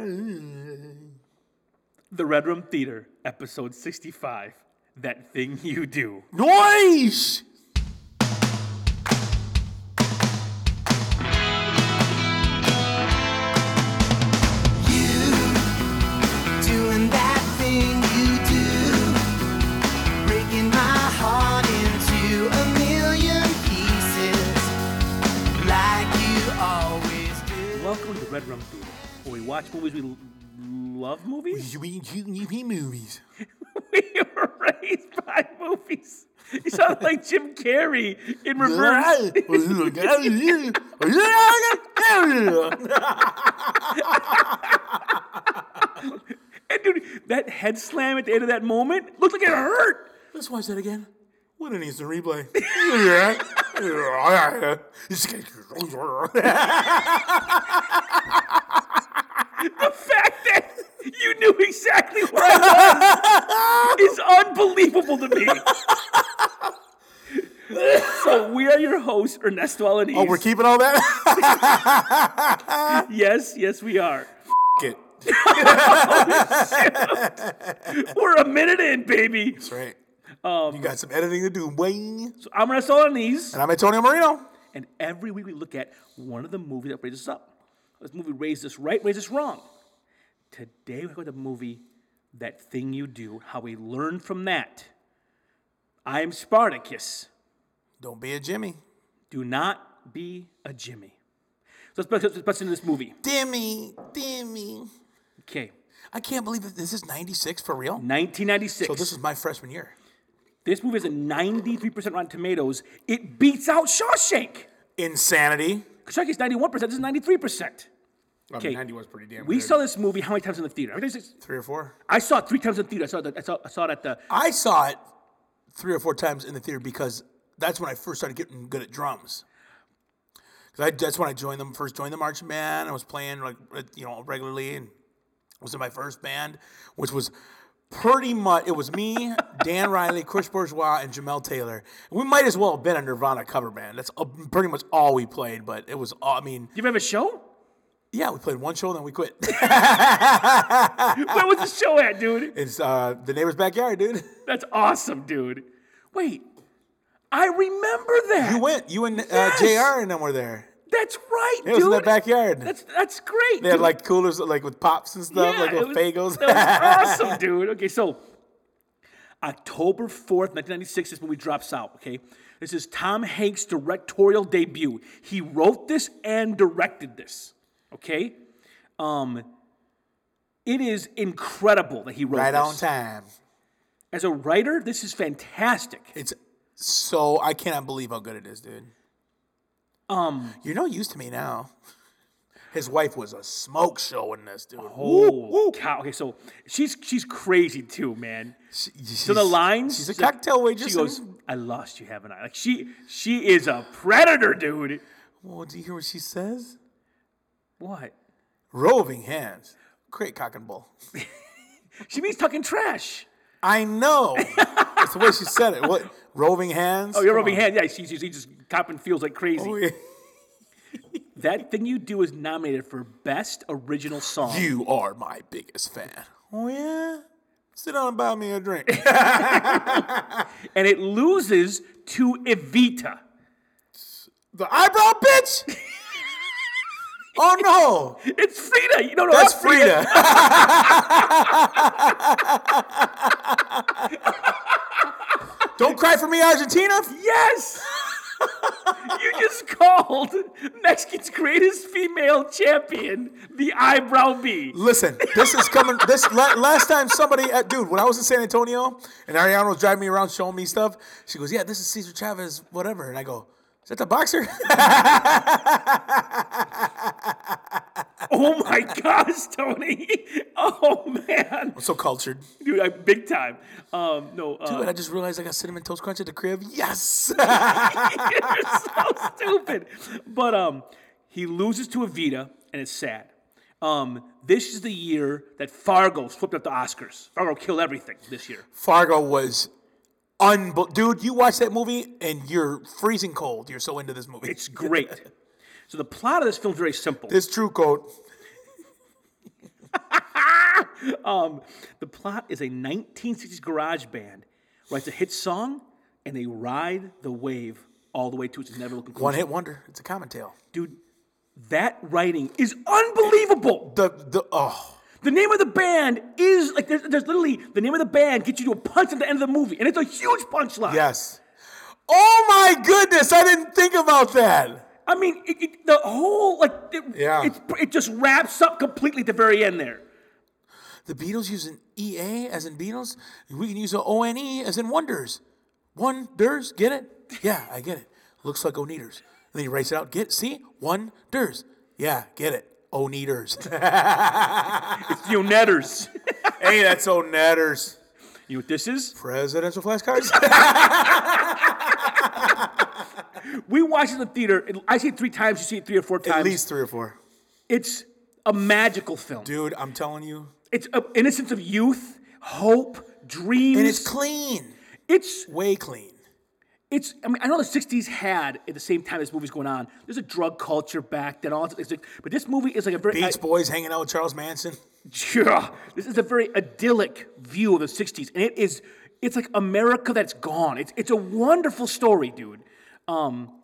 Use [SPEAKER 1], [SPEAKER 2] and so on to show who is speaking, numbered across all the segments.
[SPEAKER 1] The Red Room Theater, episode 65 That Thing You Do.
[SPEAKER 2] Noise!
[SPEAKER 3] Doing that thing you do, breaking my heart into a million pieces, like you always do.
[SPEAKER 1] Welcome to the Red Room Theater, where we watch movies we l- love movies.
[SPEAKER 2] We do new movies.
[SPEAKER 1] we were raised by movies. You sound like Jim Carrey in reverse. and dude, that head slam at the end of that moment looked like it hurt.
[SPEAKER 2] Let's watch that again. What an instant replay.
[SPEAKER 1] The fact that you knew exactly where I was is unbelievable to me. so we are your hosts, Ernesto Alanis.
[SPEAKER 2] oh, we're keeping all that?
[SPEAKER 1] yes, yes, we are.
[SPEAKER 2] F- it.
[SPEAKER 1] We're a minute in, baby.
[SPEAKER 2] That's right. you got some editing to do, Wayne.
[SPEAKER 1] So I'm Ernesto Alanis.
[SPEAKER 2] And I'm Antonio Marino.
[SPEAKER 1] And every week we look at one of the movies that raised us up. This movie raised us right, raised us wrong. Today we're going to the movie That Thing You Do, how we learn from that. I am Spartacus.
[SPEAKER 2] Don't be a Jimmy.
[SPEAKER 1] Do not be a Jimmy. So let's let's- let's into this movie.
[SPEAKER 2] Dimmy, Dimmy.
[SPEAKER 1] Okay,
[SPEAKER 2] I can't believe that this is 96 for real.
[SPEAKER 1] 1996.
[SPEAKER 2] So this is my freshman year.
[SPEAKER 1] this movie is a 93% Rotten Tomatoes. It beats out Shawshank.
[SPEAKER 2] Insanity.
[SPEAKER 1] Shawshank is 91%. This is 93%.
[SPEAKER 2] I
[SPEAKER 1] Okay.
[SPEAKER 2] mean, 90 was pretty damn
[SPEAKER 1] We
[SPEAKER 2] good.
[SPEAKER 1] saw this movie how many times in the theater? I think it's-
[SPEAKER 2] three or four.
[SPEAKER 1] I saw it three times in the theater. I saw, it. I saw, I saw it at the
[SPEAKER 2] I saw it three or four times in the theater because that's when I first started getting good at drums. 'Cause I, that's when I joined them first joined the marching band. I was playing like re- you know regularly and was in my first band, which was pretty much it was me, Dan Riley, Chris Bourgeois, and Jamel Taylor. We might as well have been a Nirvana cover band. That's uh, pretty much all we played. But it was all, I mean,
[SPEAKER 1] You ever have a show?
[SPEAKER 2] yeah, we played one show and then we quit.
[SPEAKER 1] Where was the show at, dude?
[SPEAKER 2] it's uh, the neighbor's backyard, dude.
[SPEAKER 1] That's awesome, dude. Wait, I remember that.
[SPEAKER 2] You went. You and uh,
[SPEAKER 1] Yes.
[SPEAKER 2] Jr. and them were there.
[SPEAKER 1] That's right,
[SPEAKER 2] It
[SPEAKER 1] dude.
[SPEAKER 2] was in their backyard.
[SPEAKER 1] That's that's great.
[SPEAKER 2] They had
[SPEAKER 1] dude.
[SPEAKER 2] like coolers like with pops and stuff, like
[SPEAKER 1] it
[SPEAKER 2] with
[SPEAKER 1] was-
[SPEAKER 2] fagos.
[SPEAKER 1] That was awesome, dude. Okay, so October 4th, 1996 is when we drops out, okay? This is Tom Hanks' directorial debut. He wrote this and directed this, okay? Um, it is incredible that he wrote
[SPEAKER 2] right
[SPEAKER 1] this.
[SPEAKER 2] on time.
[SPEAKER 1] As a writer, this is fantastic.
[SPEAKER 2] It's so I cannot believe how good it is, dude. Um, you're no use to me now. His wife was a smoke show in this, dude.
[SPEAKER 1] Oh, cow. Okay, so she's she's crazy too, man.
[SPEAKER 2] She-
[SPEAKER 1] So the
[SPEAKER 2] she's-
[SPEAKER 1] lines.
[SPEAKER 2] She's a cocktail waitress.
[SPEAKER 1] She goes,
[SPEAKER 2] and-
[SPEAKER 1] "I lost you, haven't I?" Like she she is a predator, dude.
[SPEAKER 2] Well, do you hear what she says?
[SPEAKER 1] What?
[SPEAKER 2] Roving hands, great cock and bull.
[SPEAKER 1] She means talking trash.
[SPEAKER 2] I know. That's the way she said it. What roving hands?
[SPEAKER 1] Oh, you're
[SPEAKER 2] Come
[SPEAKER 1] rubbing
[SPEAKER 2] on.
[SPEAKER 1] hands. Yeah, she, she, she just copping feels like crazy.
[SPEAKER 2] Oh, yeah.
[SPEAKER 1] That thing you do is nominated for best original song.
[SPEAKER 2] You are my biggest fan. Oh yeah. Sit down and buy me a drink.
[SPEAKER 1] and it loses to Evita.
[SPEAKER 2] The eyebrow bitch? oh no.
[SPEAKER 1] It's Frida. You don't know
[SPEAKER 2] That's
[SPEAKER 1] how
[SPEAKER 2] Frida. Don't cry for me, Argentina.
[SPEAKER 1] Yes. you just called Mexican's greatest female champion the eyebrow bee.
[SPEAKER 2] Listen, this is coming. This la- last time somebody, uh, dude, when I was in San Antonio and Ariana was driving me around showing me stuff, she goes, "Yeah, this is Cesar Chavez, whatever," and I go, "Is that the boxer?"
[SPEAKER 1] Oh my gosh, Tony. Oh man,
[SPEAKER 2] I'm so cultured.
[SPEAKER 1] dude, I big time. Um, no, uh,
[SPEAKER 2] Dude, I just realized I got cinnamon toast crunch at the crib. Yes.
[SPEAKER 1] You're so stupid. But um, he loses to Evita, and it's sad. Um, this is the year that Fargo swept up the Oscars. Fargo killed everything this year.
[SPEAKER 2] Fargo was unbel- dude. You watch that movie and you're freezing cold. You're so into this movie.
[SPEAKER 1] It's great. so the plot of this film is very simple.
[SPEAKER 2] This true coat.
[SPEAKER 1] Um, the plot is a 1960s garage band writes a hit song and they ride the wave all the way to its inevitable conclusion.
[SPEAKER 2] One hit wonder. It's a common tale.
[SPEAKER 1] Dude, that writing is unbelievable.
[SPEAKER 2] The the oh
[SPEAKER 1] The name of the band is like there's, there's literally the name of the band gets you to a punch at the end of the movie, and it's a huge punchline.
[SPEAKER 2] yes. Oh my goodness! I didn't think about that.
[SPEAKER 1] I mean, it, it, the whole like it,
[SPEAKER 2] Yeah.
[SPEAKER 1] it's, it just wraps up completely at the very end there.
[SPEAKER 2] The Beatles use an EA as in Beatles. We can use an ONE E as in wonders. Wonders, get it? Yeah, I get it. Looks like Oneaters. And then you writes it out. Get, see? Wonders. Yeah, get it. Oneaters.
[SPEAKER 1] It's the Onetters.
[SPEAKER 2] hey, that's Onetters.
[SPEAKER 1] you know what this is?
[SPEAKER 2] Presidential flashcards?
[SPEAKER 1] We watched it in the theater. and I see it three times. You see it three or four times.
[SPEAKER 2] At least three or four.
[SPEAKER 1] It's a magical film.
[SPEAKER 2] Dude, I'm telling you.
[SPEAKER 1] It's a innocence of youth, hope, dreams.
[SPEAKER 2] And it's clean.
[SPEAKER 1] it's
[SPEAKER 2] Way clean.
[SPEAKER 1] it's I mean I know the '60s had at the same time this movie's going on. There's a drug culture back then. All it's like, but this movie is like a very
[SPEAKER 2] Beach Boys hanging out with Charles Manson.
[SPEAKER 1] Yeah, this is a very idyllic view of the '60s, and it is it's like America that's gone. It's it's a wonderful story, dude. Um,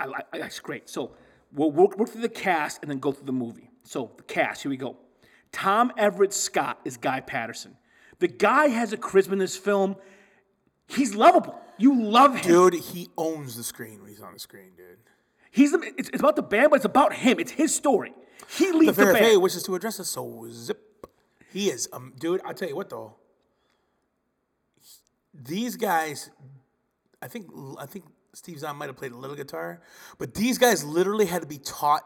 [SPEAKER 1] I, I, I- it's great. So we'll work, work through the cast and then go through the movie. So the cast, here we go. Tom Everett Scott is Guy Patterson. The guy has a charisma in this film. He's lovable. You love him.
[SPEAKER 2] Dude, he owns the screen when he's on the screen, dude.
[SPEAKER 1] He's the, it's, it's about the band, but it's about him. It's his story. He leads the,
[SPEAKER 2] the
[SPEAKER 1] band.
[SPEAKER 2] Fair which wishes to address us, so zip. He is, um, dude. I tell you what though, these guys, I think, I think Steve Zahn might have played a little guitar, but these guys literally had to be taught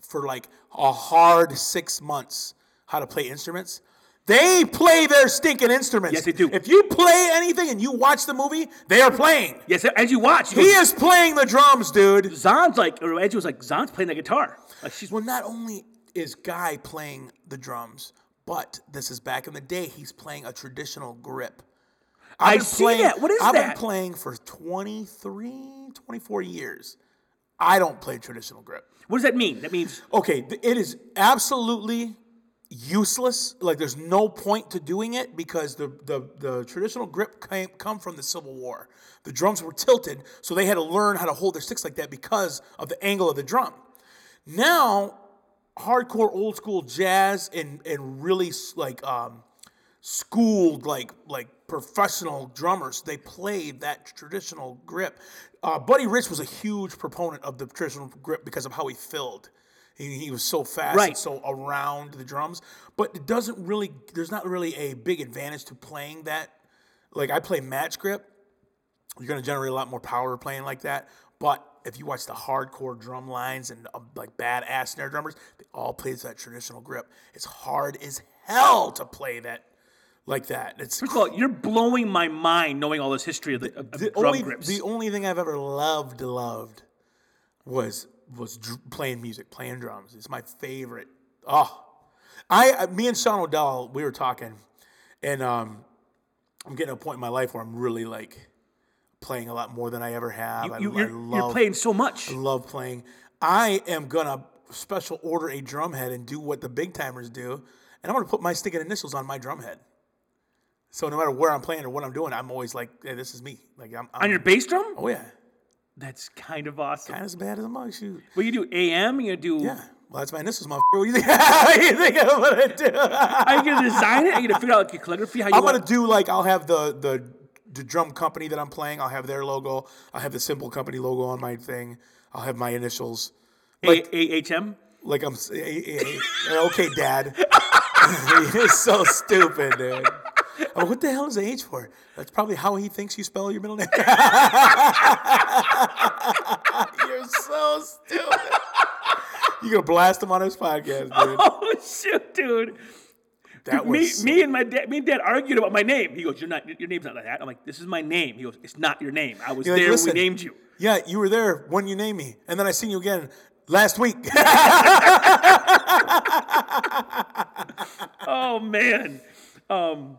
[SPEAKER 2] for like a hard six months how to play instruments. They play their stinking instruments.
[SPEAKER 1] Yes, they do.
[SPEAKER 2] If you play anything and you watch the movie, they are playing.
[SPEAKER 1] yes, as you watch,
[SPEAKER 2] He is playing the drums, dude.
[SPEAKER 1] Zahn's like, or Edge was like, Zahn's playing the guitar. Like she's
[SPEAKER 2] Well, not only is Guy playing the drums, but this is back in the day. He's playing a traditional grip. I've
[SPEAKER 1] I
[SPEAKER 2] been
[SPEAKER 1] see that. What is
[SPEAKER 2] I've
[SPEAKER 1] that?
[SPEAKER 2] been playing for 23, 24 years. I don't play traditional grip.
[SPEAKER 1] What does that mean? That means
[SPEAKER 2] Okay, th- it is absolutely useless. Like there's no point to doing it because the the, the traditional grip came come from the Civil War. The drums were tilted, so they had to learn how to hold their sticks like that because of the angle of the drum. Now, hardcore old school jazz and and really s- like um, schooled like like professional drummers. They played that traditional grip. Uh, Buddy Rich was a huge proponent of the traditional grip because of how he filled. He, he was so fast and
[SPEAKER 1] Right.
[SPEAKER 2] so around the drums, but it doesn't really. There's not really a big advantage to playing that. Like I play match grip, you're going to generate a lot more power playing like that. But if you watch the hardcore drum lines and uh, like badass snare drummers, they all play to that traditional grip. It's hard as hell to play that like that. It's
[SPEAKER 1] First of all, you're blowing my mind knowing all this history of the, of- of
[SPEAKER 2] the
[SPEAKER 1] drum
[SPEAKER 2] only
[SPEAKER 1] grips.
[SPEAKER 2] the only thing I've ever loved loved was was dr- playing music, playing drums. It's my favorite. Oh, I I- me and Sean O'Dell we were talking, and um, I'm getting to a point in my life where I'm really like playing a lot more than I ever have. I,
[SPEAKER 1] you,
[SPEAKER 2] I
[SPEAKER 1] you're,
[SPEAKER 2] love
[SPEAKER 1] you're playing so much.
[SPEAKER 2] love playing. I am gonna special order a drum head and do what the big timers do, and I'm gonna put my sticking initials on my drum head. So no matter where I'm playing or what I'm doing, I'm always like, hey, "This is me." Like I'm, I'm
[SPEAKER 1] On your bass drum?
[SPEAKER 2] oh yeah,
[SPEAKER 1] That's kind of awesome.
[SPEAKER 2] kind of as bad as a mug shoot.
[SPEAKER 1] Well, you do AM, you do.
[SPEAKER 2] Yeah, well that's my initials, motherfucker. What do you think? what do you think I'm gonna do?
[SPEAKER 1] Are you going to design it? Are you going to figure out like, your calligraphy? How you
[SPEAKER 2] I'm
[SPEAKER 1] want
[SPEAKER 2] gonna do like I'll have the the the drum company that I'm playing. I'll have their logo. I'll have the simple company logo on my thing. I'll have my initials.
[SPEAKER 1] A- AHM?
[SPEAKER 2] Like I'm s- eh, eh, eh, okay, Dad. You're so stupid, dude. Oh, what the hell is the H for? That's probably how he thinks you spell your middle name. You're so stupid. You're gonna blast him on his podcast, dude.
[SPEAKER 1] Oh, shoot, dude.
[SPEAKER 2] That
[SPEAKER 1] me,
[SPEAKER 2] was
[SPEAKER 1] me and my dad, me and dad argued about my name. He goes, "You're not. Your name's not like that." I'm like, "This is my name." He goes, "It's not your name. I was
[SPEAKER 2] You're like,
[SPEAKER 1] there
[SPEAKER 2] "Listen."
[SPEAKER 1] when we named you."
[SPEAKER 2] yeah. You were there when you named me, and then I seen you again last week.
[SPEAKER 1] Oh man. Um,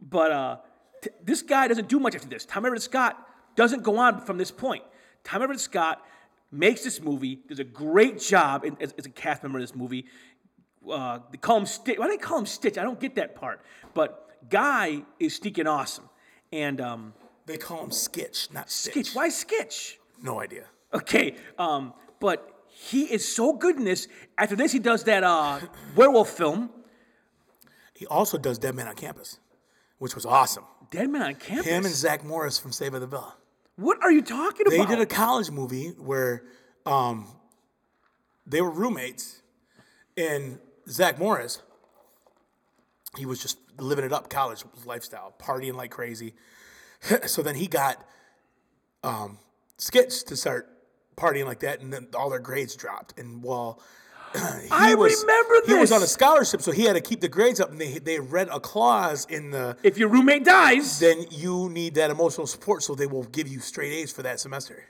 [SPEAKER 1] but uh, t- this guy doesn't do much after this. Tom Everett Scott doesn't go on from this point. Tom Everett Scott makes this movie, does a great job in, as, as a cast member of this movie. uh, they call him Stitch. Why do they call him Stitch? I don't get that part. But Guy is stinking awesome. And um,
[SPEAKER 2] They call him Skitch, not Stitch.
[SPEAKER 1] Skitch, why Skitch?
[SPEAKER 2] No idea.
[SPEAKER 1] Okay, um, but he is so good in this. After this, he does that uh, werewolf film,
[SPEAKER 2] He also does Dead Man on Campus, which was awesome.
[SPEAKER 1] Dead Man on Campus.
[SPEAKER 2] Him and Zach Morris from Save by the Bell.
[SPEAKER 1] what are you talking
[SPEAKER 2] They
[SPEAKER 1] about?
[SPEAKER 2] did a college movie where um, they were roommates, and Zach Morris, he was just living it up, college lifestyle, partying like crazy. so then he got um, Skitch to start partying like that, and then all their grades dropped. And while he
[SPEAKER 1] I
[SPEAKER 2] was,
[SPEAKER 1] remember
[SPEAKER 2] he was on a
[SPEAKER 1] this.
[SPEAKER 2] scholarship, so he had to keep the grades up, and they they read a clause in the
[SPEAKER 1] if your roommate dies,
[SPEAKER 2] then you need that emotional support, so they will give you straight A's for that semester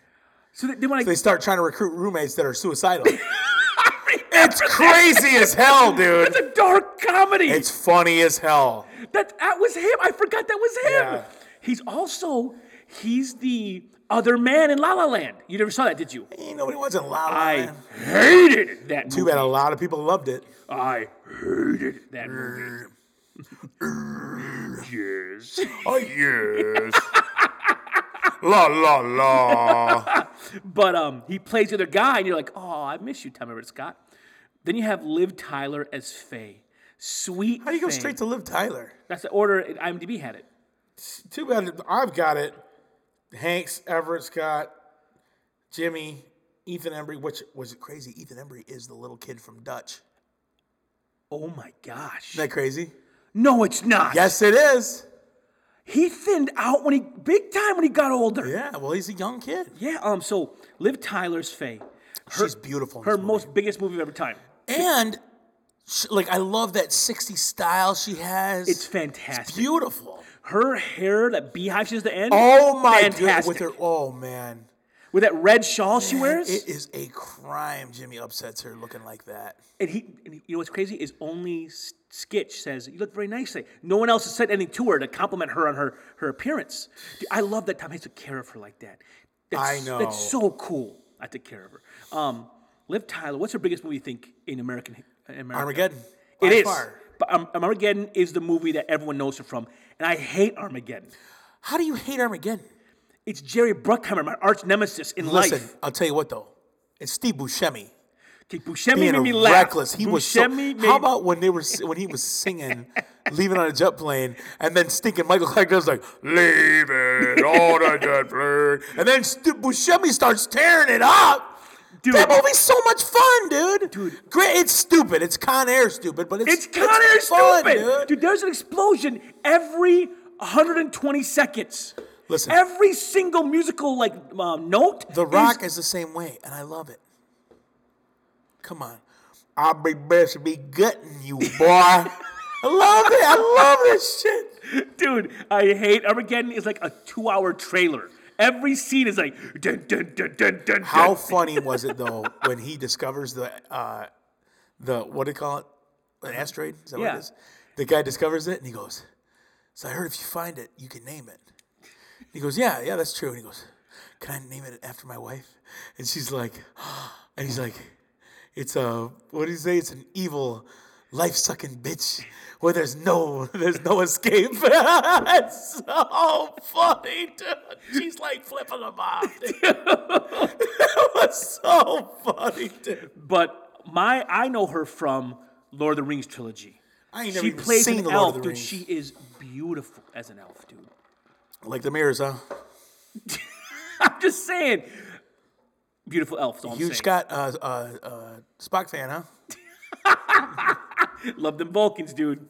[SPEAKER 1] so they, they want
[SPEAKER 2] they
[SPEAKER 1] to.
[SPEAKER 2] start trying to recruit roommates that are suicidal. it's crazy as hell, dude.
[SPEAKER 1] That's a dark comedy.
[SPEAKER 2] It's funny as hell.
[SPEAKER 1] That that was him. I forgot that was him.
[SPEAKER 2] Yeah.
[SPEAKER 1] He's also he's the other man in La La Land. You never saw that, did you?
[SPEAKER 2] Ain't nobody wants a lot of
[SPEAKER 1] I hated that
[SPEAKER 2] Too
[SPEAKER 1] movie.
[SPEAKER 2] bad a lot of people loved it.
[SPEAKER 1] I hated that movie. yes.
[SPEAKER 2] Oh yes. la la la.
[SPEAKER 1] But um, he plays the other guy, and you're like, oh, I miss you, Tom Everett Scott. Then you have Liv Tyler as Faye. Sweet.
[SPEAKER 2] How do you go straight to Liv Tyler?
[SPEAKER 1] That's the order. IMDb had it.
[SPEAKER 2] Too bad I've got it. Hanks, Everett Scott, Jimmy, Ethan Embry. Which was it crazy? Ethan Embry is the little kid from Dutch.
[SPEAKER 1] Oh my gosh.
[SPEAKER 2] Isn't that crazy?
[SPEAKER 1] no, it's not.
[SPEAKER 2] Yes, it is.
[SPEAKER 1] He thinned out when he big time when he got older.
[SPEAKER 2] Yeah. Well, he's a young kid.
[SPEAKER 1] Yeah, um, so Liv Tyler's Faye. Her,
[SPEAKER 2] She's beautiful. in
[SPEAKER 1] Her
[SPEAKER 2] this movie.
[SPEAKER 1] most biggest movie of every time.
[SPEAKER 2] and she, like I love that 60s style she has.
[SPEAKER 1] It's fantastic.
[SPEAKER 2] beautiful.
[SPEAKER 1] her hair, that beehive she has at the end.
[SPEAKER 2] Oh my god!
[SPEAKER 1] fantastic.
[SPEAKER 2] With her, oh man,
[SPEAKER 1] With that red shawl she wears.
[SPEAKER 2] it is a crime. Jimmy upsets her looking like that.
[SPEAKER 1] and he, and he- you know what's crazy is only S- Skitch says you look very nicely. No one else has said anything to her to compliment her on her her appearance. Dude, I love that Tom Hanks took care of her like that. That's,
[SPEAKER 2] I know.
[SPEAKER 1] That's so cool. I took care of her. Um, Liv Tyler, what's her biggest movie you think in American? In America?
[SPEAKER 2] Armageddon.
[SPEAKER 1] It
[SPEAKER 2] by
[SPEAKER 1] is.
[SPEAKER 2] far.
[SPEAKER 1] But um, Armageddon is the movie that everyone knows her from, and I hate Armageddon.
[SPEAKER 2] How do you hate Armageddon?
[SPEAKER 1] It's Jerry Bruckheimer, my arch nemesis in
[SPEAKER 2] Listen,
[SPEAKER 1] life.
[SPEAKER 2] I'll tell you what though, it's Steve Buscemi
[SPEAKER 1] Okay, Buscemi
[SPEAKER 2] being
[SPEAKER 1] made me laugh.
[SPEAKER 2] reckless. He was so,
[SPEAKER 1] Buscemi made-
[SPEAKER 2] How about when they were when he was singing, leaving on a jet plane, and then stinking Michael Clark was like leaving on a jet plane, and then St- Buscemi starts tearing it up.
[SPEAKER 1] Dude.
[SPEAKER 2] That movie's so much fun, dude.
[SPEAKER 1] Dude.
[SPEAKER 2] Great, it's stupid. It's Con Air stupid, but it's
[SPEAKER 1] It's Con Air
[SPEAKER 2] fun,
[SPEAKER 1] stupid, dude. There's an explosion every 120 seconds.
[SPEAKER 2] Listen,
[SPEAKER 1] Every single musical like um, note.
[SPEAKER 2] The
[SPEAKER 1] is-
[SPEAKER 2] Rock is, the same way, and I love it. Come on. I'll be best be gutting you, boy. I love it. I love this shit.
[SPEAKER 1] dude. I hate Armageddon. Is like a two-hour trailer. Every scene is like dun dun dun dun dun.
[SPEAKER 2] How
[SPEAKER 1] dun.
[SPEAKER 2] funny was it though when he discovers the uh, the what do you call it? An asteroid? Is that what
[SPEAKER 1] Yeah.
[SPEAKER 2] it is? The guy discovers it and he goes, So I heard if you find it, you can name it. He goes, Yeah, yeah, that's true. And he goes, Can I name it after my wife? And she's like, and he's like, It's a what do you say? It's an evil life sucking bitch where there's no there's no escape. it's so funny, dude. She's like flipping them off. dude. It was so funny, dude.
[SPEAKER 1] But my I know her from Lord of the Rings trilogy.
[SPEAKER 2] I ain't never
[SPEAKER 1] She
[SPEAKER 2] even
[SPEAKER 1] plays
[SPEAKER 2] seen
[SPEAKER 1] an
[SPEAKER 2] the Lord
[SPEAKER 1] elf,
[SPEAKER 2] of the
[SPEAKER 1] dude.
[SPEAKER 2] Rings.
[SPEAKER 1] She is beautiful as an elf, dude.
[SPEAKER 2] Like the uh, mirrors, huh?
[SPEAKER 1] I'm just saying, beautiful elf. All I'm
[SPEAKER 2] Huge
[SPEAKER 1] saying.
[SPEAKER 2] Scott, uh, uh, uh, Spock fan, huh?
[SPEAKER 1] Love them Vulcans, dude.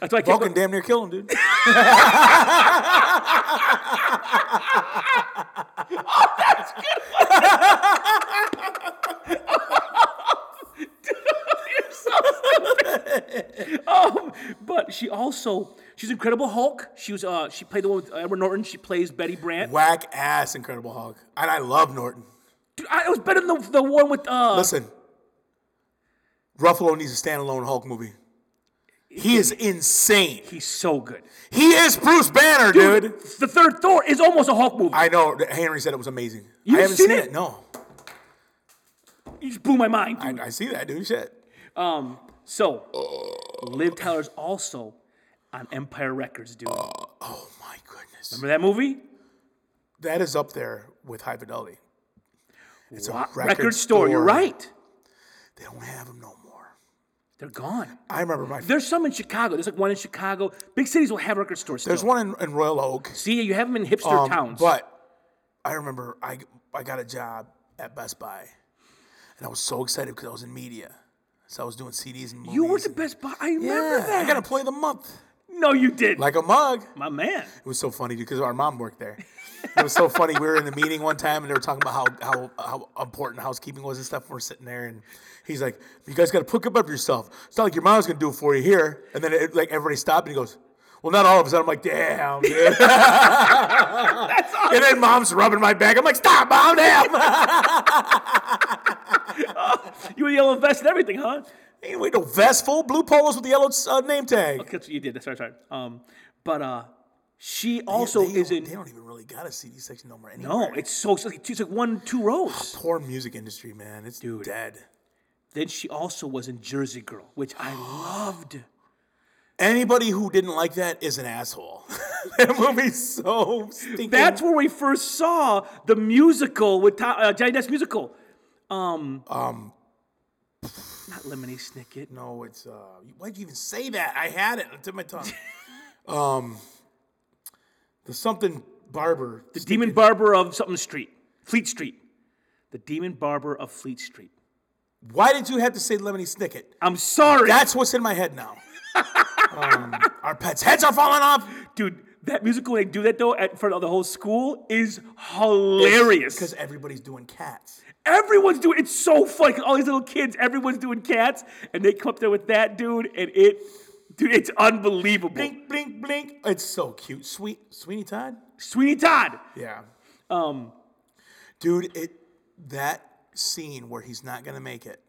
[SPEAKER 1] That's why I can't.
[SPEAKER 2] Vulcan damn near killed him, dude.
[SPEAKER 1] Um, but she also she's Incredible Hulk. She was uh she played the one with Edward Norton. She plays Betty Brant.
[SPEAKER 2] Whack ass Incredible Hulk. And I love Norton.
[SPEAKER 1] Dude, I, it was better than the, the one with uh.
[SPEAKER 2] Listen, Ruffalo needs a standalone Hulk movie. He is insane.
[SPEAKER 1] He's so good.
[SPEAKER 2] He is Bruce Banner, dude.
[SPEAKER 1] The third Thor is almost a Hulk movie.
[SPEAKER 2] I know. that Henry said it was amazing.
[SPEAKER 1] You
[SPEAKER 2] I haven't
[SPEAKER 1] seen
[SPEAKER 2] seen
[SPEAKER 1] it?
[SPEAKER 2] it. No,
[SPEAKER 1] you just blew my mind,
[SPEAKER 2] I,
[SPEAKER 1] dude.
[SPEAKER 2] I see that, dude. Shit.
[SPEAKER 1] Um, so, Liv Tyler's also on Empire Records, dude.
[SPEAKER 2] Oh my goodness.
[SPEAKER 1] Remember that movie?
[SPEAKER 2] That is up there with high fidelity. It's
[SPEAKER 1] Wa-
[SPEAKER 2] a
[SPEAKER 1] record, store. You're right.
[SPEAKER 2] They don't have them no more.
[SPEAKER 1] They're gone.
[SPEAKER 2] I remember my.
[SPEAKER 1] There's some in Chicago. There's like one in Chicago. Big cities will have record stores.
[SPEAKER 2] there's
[SPEAKER 1] still.
[SPEAKER 2] one in, in Royal Oak.
[SPEAKER 1] See, you have them in hipster
[SPEAKER 2] Um,
[SPEAKER 1] towns.
[SPEAKER 2] But I remember I I got a job at Best Buy, and I was so excited because I was in media, so I was doing CDs and movies.
[SPEAKER 1] you were the
[SPEAKER 2] and-
[SPEAKER 1] best buy. I remember
[SPEAKER 2] Yeah,
[SPEAKER 1] that.
[SPEAKER 2] I got a play of the month,
[SPEAKER 1] no, you did. not
[SPEAKER 2] like a mug.
[SPEAKER 1] My man.
[SPEAKER 2] It was so funny because our mom worked there. It was so funny. We were in the meeting one time and they were talking about how how, how important housekeeping was and stuff. We're sitting there and he's like, "You guys got to pick up yourself. It's not like your mom's gonna do it for you here." And then it, like everybody stopped and he goes, "Well, not all of us." And I'm like, "Damn, dude." And then mom's rubbing my back. I'm like, "Stop, mom, damn."
[SPEAKER 1] You were yellow vest and everything, huh?
[SPEAKER 2] Ain't we no vest full blue polos with the yellow uh, name tag.
[SPEAKER 1] That's what you did. That's right. Sorry. Um, but uh, she also
[SPEAKER 2] They
[SPEAKER 1] is
[SPEAKER 2] don't-
[SPEAKER 1] in.
[SPEAKER 2] They don't even really got a CD section no more.
[SPEAKER 1] No,
[SPEAKER 2] Anymore.
[SPEAKER 1] it's so it's like one two rows.
[SPEAKER 2] poor music industry, man. It's dead.
[SPEAKER 1] then she also was in Jersey Girl, which I loved.
[SPEAKER 2] Anybody who didn't like that is an asshole. that movie's so stinking.
[SPEAKER 1] That's where we first saw the musical with Tom, uh, Johnny Depp's musical. Um, um, not Lemony Snicket.
[SPEAKER 2] no, it's uh, why'd you even say that? I had it on the tip of my tongue. um, the something barber.
[SPEAKER 1] The Demon Barber of something Street, Fleet Street. The Demon Barber of Fleet Street.
[SPEAKER 2] Why did you have to say Lemony Snicket?
[SPEAKER 1] I'm sorry,
[SPEAKER 2] That's what's in my head now. um, our pets' heads are falling off.
[SPEAKER 1] dude. That musical when they do that though at front of the whole school is hilarious.
[SPEAKER 2] Because everybody's doing cats.
[SPEAKER 1] Everyone's doing it's so funny 'cause all these little kids, everyone's doing cats, and they come up there with that dude, and it, dude, it's unbelievable.
[SPEAKER 2] Blink, blink, blink. It's so cute. Sweet Sweeney Todd.
[SPEAKER 1] Sweeney Todd.
[SPEAKER 2] Yeah.
[SPEAKER 1] Um,
[SPEAKER 2] Dude, it that scene where he's not gonna make it,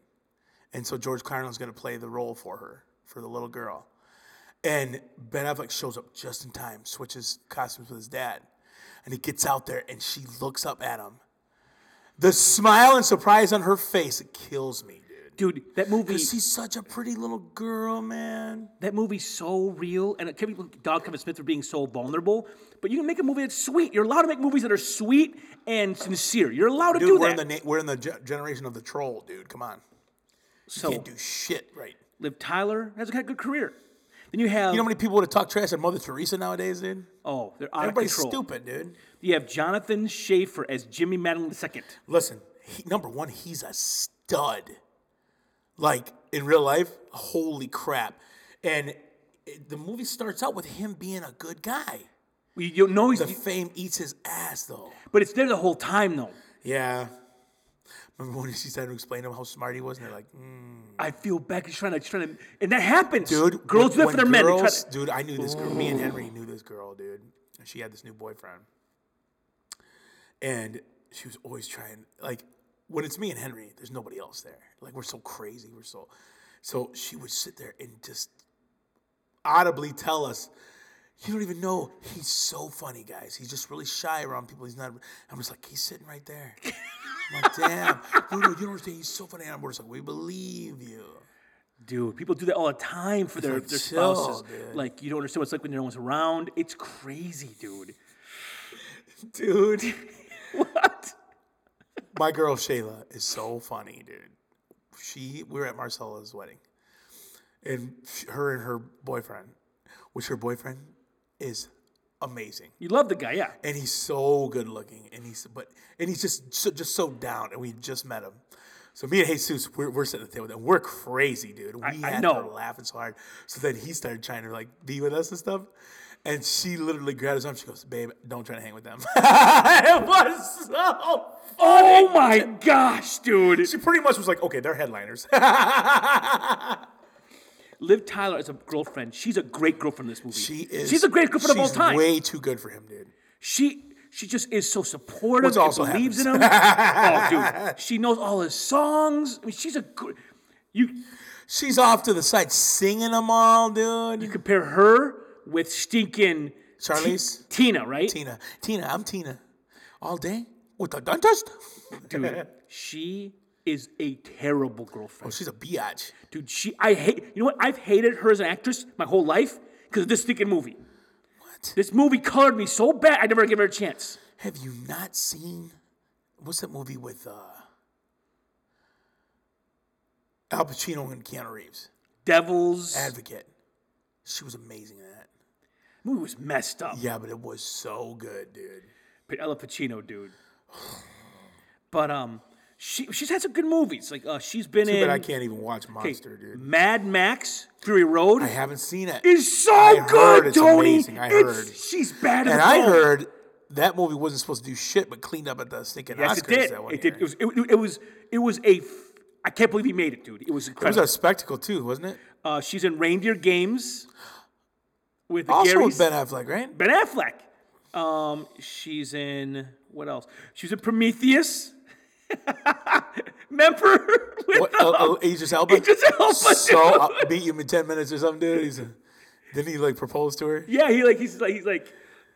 [SPEAKER 2] and so George Carlin's gonna play the role for her, for the little girl, and Ben Affleck shows up just in time, switches costumes with his dad, and he gets out there and she looks up at him. The smile and surprise on her face it kills me, dude.
[SPEAKER 1] dude, that movie,
[SPEAKER 2] She's such a pretty little girl, man.
[SPEAKER 1] that movie's so real, and Kevin Dog Kevin Smith for being so vulnerable. But you can make a movie that's sweet. You're allowed to make movies that are sweet and sincere. You're allowed to
[SPEAKER 2] Dude,
[SPEAKER 1] do
[SPEAKER 2] we're
[SPEAKER 1] that.
[SPEAKER 2] in the na- we're in the ge- generation of the troll, dude. Come on,
[SPEAKER 1] so
[SPEAKER 2] can't do shit right.
[SPEAKER 1] Liv Tyler has had a good career. Then you have
[SPEAKER 2] You know how many people would have talked trash at Mother Teresa nowadays, dude?
[SPEAKER 1] oh, they're out
[SPEAKER 2] Everybody's
[SPEAKER 1] of control.
[SPEAKER 2] stupid, dude.
[SPEAKER 1] You have Jonathan Schaefer as Jimmy Madeline II.
[SPEAKER 2] Listen, he, number one, he's a stud. Like in real life, holy crap! And it- the movie starts out with him being a good guy.
[SPEAKER 1] You, you know he's,
[SPEAKER 2] The fame eats his ass, though.
[SPEAKER 1] but it's there the whole time though.
[SPEAKER 2] Yeah. Remember when she's trying to explain to him how smart he was, and they're like, mm.
[SPEAKER 1] I feel bad. He's trying to, trying to, and that happens,
[SPEAKER 2] "Dude,
[SPEAKER 1] Girls do that
[SPEAKER 2] when
[SPEAKER 1] for their men. They try
[SPEAKER 2] girls-
[SPEAKER 1] to-
[SPEAKER 2] Dude, I knew this girl. Me and Henry knew this girl, dude. And she had this new boyfriend, and she was always trying. Like when it's me and Henry, there's nobody else there. Like we're so crazy. We're so. So she would sit there and just audibly tell us, "You don't even know he's so funny, guys. He's just really shy around people. He's not." I'm just like, he's sitting right there. I'm like, damn, dude, you don't understand. He's so funny. And we're just like, we believe you.
[SPEAKER 1] dude, people do that all the time for their,
[SPEAKER 2] like,
[SPEAKER 1] their
[SPEAKER 2] chill,
[SPEAKER 1] spouses.
[SPEAKER 2] dude.
[SPEAKER 1] Like you don't understand what's like when no one's around. It's crazy, dude.
[SPEAKER 2] dude.
[SPEAKER 1] What?
[SPEAKER 2] My girl Shayla is so funny, dude. She we were at Marcella's wedding, and sh- her and her boyfriend, which her boyfriend is amazing,
[SPEAKER 1] You love the guy, yeah.
[SPEAKER 2] and he's so good looking, and he's but and he's just so, just so down, and we just met him. So me and Jesus, we're, we're sitting at the table, and we're crazy, dude. We
[SPEAKER 1] I
[SPEAKER 2] had
[SPEAKER 1] know.
[SPEAKER 2] her laughing so hard. So then he started trying to like be with us and stuff, and she literally grabbed his arm. She goes, "Babe, don't try to hang with them." it was so
[SPEAKER 1] Oh my gosh, dude.
[SPEAKER 2] She pretty much was like, okay, they're headliners.
[SPEAKER 1] Liv Tyler as a girlfriend. She's a great girlfriend in this movie.
[SPEAKER 2] she is.
[SPEAKER 1] She's a great girlfriend of all
[SPEAKER 2] she's
[SPEAKER 1] time.
[SPEAKER 2] Way too good for him, dude.
[SPEAKER 1] she she just is so supportive.
[SPEAKER 2] Which
[SPEAKER 1] and
[SPEAKER 2] also
[SPEAKER 1] believes in him. oh, dude. She knows all his songs. I mean, she's a good. You
[SPEAKER 2] She's off to the side singing them all, dude.
[SPEAKER 1] compare her with stinking
[SPEAKER 2] Charlize?
[SPEAKER 1] Ti- Tina, right?
[SPEAKER 2] Tina, Tina, I'm Tina, all day with the dentist.
[SPEAKER 1] Dude, she is a terrible girlfriend.
[SPEAKER 2] Oh, she's a biatch.
[SPEAKER 1] Dude, she I hate you know what? I've hated her as an actress my whole life because of this stinking movie.
[SPEAKER 2] What?
[SPEAKER 1] This movie colored me so bad I never gave her a chance.
[SPEAKER 2] Have you not seen what's that movie with uh, Al Pacino and Keanu Reeves?
[SPEAKER 1] Devil's
[SPEAKER 2] Advocate. She was amazing in that.
[SPEAKER 1] movie was messed up.
[SPEAKER 2] Yeah, but it was so good, dude.
[SPEAKER 1] P- Ella Pacino, dude. But um she she's had some good movies. Like uh she's been in
[SPEAKER 2] But I can't even watch
[SPEAKER 1] okay,
[SPEAKER 2] Monster, dude.
[SPEAKER 1] Mad Max, Fury Road.
[SPEAKER 2] I haven't seen it.
[SPEAKER 1] is so
[SPEAKER 2] I
[SPEAKER 1] good,
[SPEAKER 2] heard it's
[SPEAKER 1] Tony.
[SPEAKER 2] amazing. I
[SPEAKER 1] It's-
[SPEAKER 2] heard.
[SPEAKER 1] she's bad as
[SPEAKER 2] and
[SPEAKER 1] a
[SPEAKER 2] I
[SPEAKER 1] dog.
[SPEAKER 2] heard that movie wasn't supposed to do shit, but cleaned up at the stinking
[SPEAKER 1] Yes,
[SPEAKER 2] Oscars
[SPEAKER 1] it did.
[SPEAKER 2] that one
[SPEAKER 1] It
[SPEAKER 2] year.
[SPEAKER 1] did. It was. It, it was. It was a. f- I can't believe he made it, dude. It was
[SPEAKER 2] It was
[SPEAKER 1] incredible.
[SPEAKER 2] a spectacle too, wasn't it?
[SPEAKER 1] uh, she's in Reindeer Games with the
[SPEAKER 2] Also
[SPEAKER 1] Garys.
[SPEAKER 2] with Ben Affleck, right?
[SPEAKER 1] Ben Affleck. Um, she's in what else? She's in Prometheus. Remember with
[SPEAKER 2] What,
[SPEAKER 1] uh,
[SPEAKER 2] uh, uh, Idris Elba.
[SPEAKER 1] Idris Elba,
[SPEAKER 2] So
[SPEAKER 1] dude.
[SPEAKER 2] I beat you in ten minutes or something, dude. He's a, didn't he like propose to her?
[SPEAKER 1] yeah, he like he's like he's like.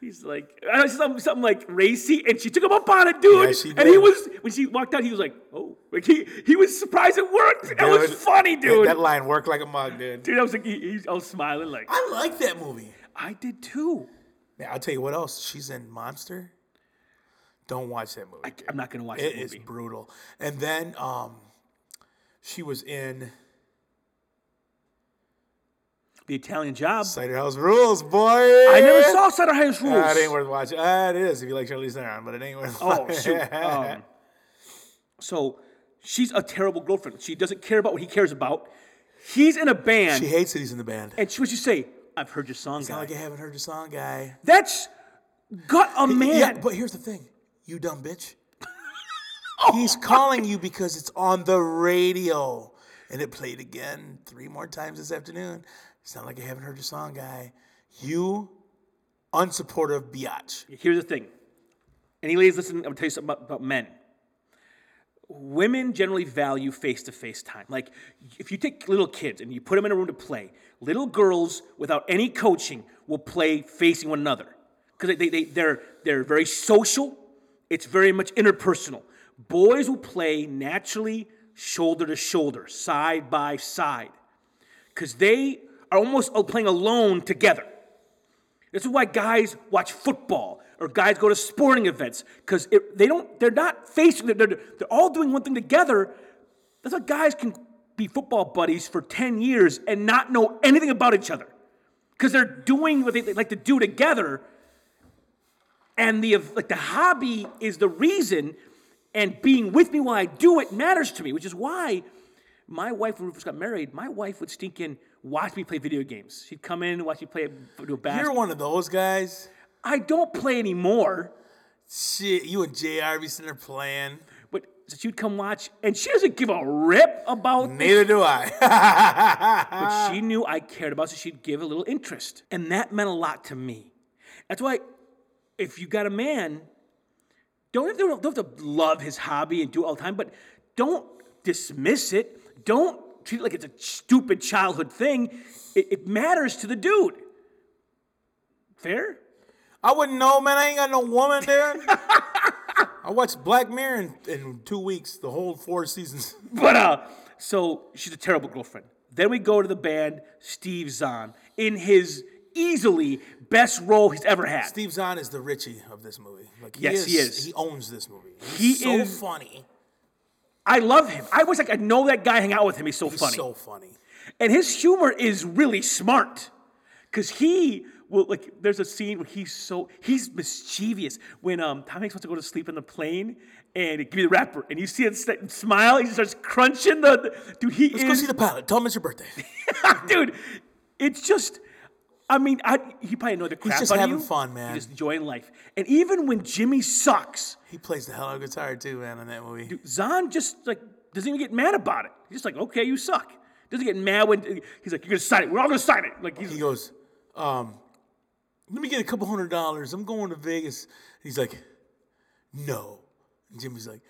[SPEAKER 1] He's like I don't know, something, something like racy, and she took him up on it, dude.
[SPEAKER 2] Yeah, she
[SPEAKER 1] and he
[SPEAKER 2] did.
[SPEAKER 1] was when she walked out, he was like, "Oh, like he he was surprised it worked. It was
[SPEAKER 2] Dude,
[SPEAKER 1] funny,
[SPEAKER 2] that-
[SPEAKER 1] dude.
[SPEAKER 2] That line worked like a mug, dude.
[SPEAKER 1] dude, I was like, he, he, I was smiling, like
[SPEAKER 2] I like that movie.
[SPEAKER 1] I did too.
[SPEAKER 2] Man, I'll tell you what else. She's in Monster. Don't watch that movie.
[SPEAKER 1] I, am not gonna watch
[SPEAKER 2] It
[SPEAKER 1] that
[SPEAKER 2] is
[SPEAKER 1] movie.
[SPEAKER 2] brutal. And then um, she was in
[SPEAKER 1] the Italian Job.
[SPEAKER 2] Cider House Rules, boy.
[SPEAKER 1] I never saw Sutter House Rules.
[SPEAKER 2] Ah, it ain't worth watching. Ah, it is if you like Charlize Theron, but it ain't worth.
[SPEAKER 1] oh
[SPEAKER 2] watching.
[SPEAKER 1] shoot. Um, so she's a terrible girlfriend. She doesn't care about what he cares about. He's in a band,
[SPEAKER 2] she hates that he's in the band.
[SPEAKER 1] and she would just say, "I've heard your song, guy."
[SPEAKER 2] Not like I haven't heard your song, guy.
[SPEAKER 1] That's got a man.
[SPEAKER 2] Yeah, but here's the thing, you dumb bitch. He's calling you because it's on the radio, and it played again three more times this afternoon. It's not like I haven't heard your song, guy. You unsupportive biatch.
[SPEAKER 1] Here's the thing. Any ladies listening, I'm gonna tell you something about, about men. Women generally value face to face time. Like, if you take little kids and you put them in a room to play, little girls without any coaching will play facing one another because they, they, they, are they're very social, it's very much interpersonal. Boys will play naturally shoulder to shoulder, side by side, because they are almost playing alone together. This is why guys watch football or guys go to sporting events because they don't. They're not facing. They're, they're they're all doing one thing together. That's why guys can be football buddies for ten years and not know anything about each other because they're doing what they, they like to do together. And the ev- like the hobby is the reason, and being with me while I do it matters to me, which is why my wife when we first got married, my wife would stink in watch me play video games. She'd come in, watch me play do a basketball.
[SPEAKER 2] You're one of those guys.
[SPEAKER 1] I don't play anymore.
[SPEAKER 2] Shit, you and Jr. be sitting there playing.
[SPEAKER 1] But so she'd come watch, and she doesn't give a rip about me.
[SPEAKER 2] Neither do I.
[SPEAKER 1] But she knew I cared about, so she'd give a little interest, and that meant a lot to me. That's why, if you got a man, don't have to, don't have to love his hobby and do it all the time, but don't dismiss it. Don't treat it like it's a stupid childhood thing. It, it matters to the dude. Fair?
[SPEAKER 2] I wouldn't know, man. I ain't got no woman, dude. I watched Black Mirror in, in two weeks, the whole four seasons.
[SPEAKER 1] But uh, so she's a terrible girlfriend. Then we go to the band Steve Zahn in his easily best role he's ever had.
[SPEAKER 2] Steve Zahn is the Richie of this movie. Like, he
[SPEAKER 1] Yes,
[SPEAKER 2] is,
[SPEAKER 1] he is.
[SPEAKER 2] He owns this movie.
[SPEAKER 1] He
[SPEAKER 2] He's so
[SPEAKER 1] is-
[SPEAKER 2] funny.
[SPEAKER 1] I love him. I wish I could know that guy, hang out with him. He's so
[SPEAKER 2] He's
[SPEAKER 1] funny,
[SPEAKER 2] so funny.
[SPEAKER 1] and his humor is really smart. Cause he will like. There's a scene where he's so he's mischievous when um Tom Hanks wants to go to sleep on the plane and give me the rapper, and you see him st- smile. He starts crunching the, the- dude. He
[SPEAKER 2] Let's
[SPEAKER 1] is
[SPEAKER 2] go see the pilot. Tell him it's your birthday.
[SPEAKER 1] dude, it's just. I mean, I, he probably annoyed the crap
[SPEAKER 2] just
[SPEAKER 1] out of
[SPEAKER 2] having
[SPEAKER 1] you.
[SPEAKER 2] fun, man.
[SPEAKER 1] He's just enjoying life. And even when Jimmy sucks,
[SPEAKER 2] he plays the hell out of guitar too, man, in that movie.
[SPEAKER 1] Zahn just like doesn't even get mad about it. He's just like, okay, you suck. Doesn't get mad when he's like, you're gonna sign it. We're all gonna sign it. Like he's
[SPEAKER 2] He goes, um, let me get a couple hundred dollars. I'm going to Vegas. He's like, no. And Jimmy's like,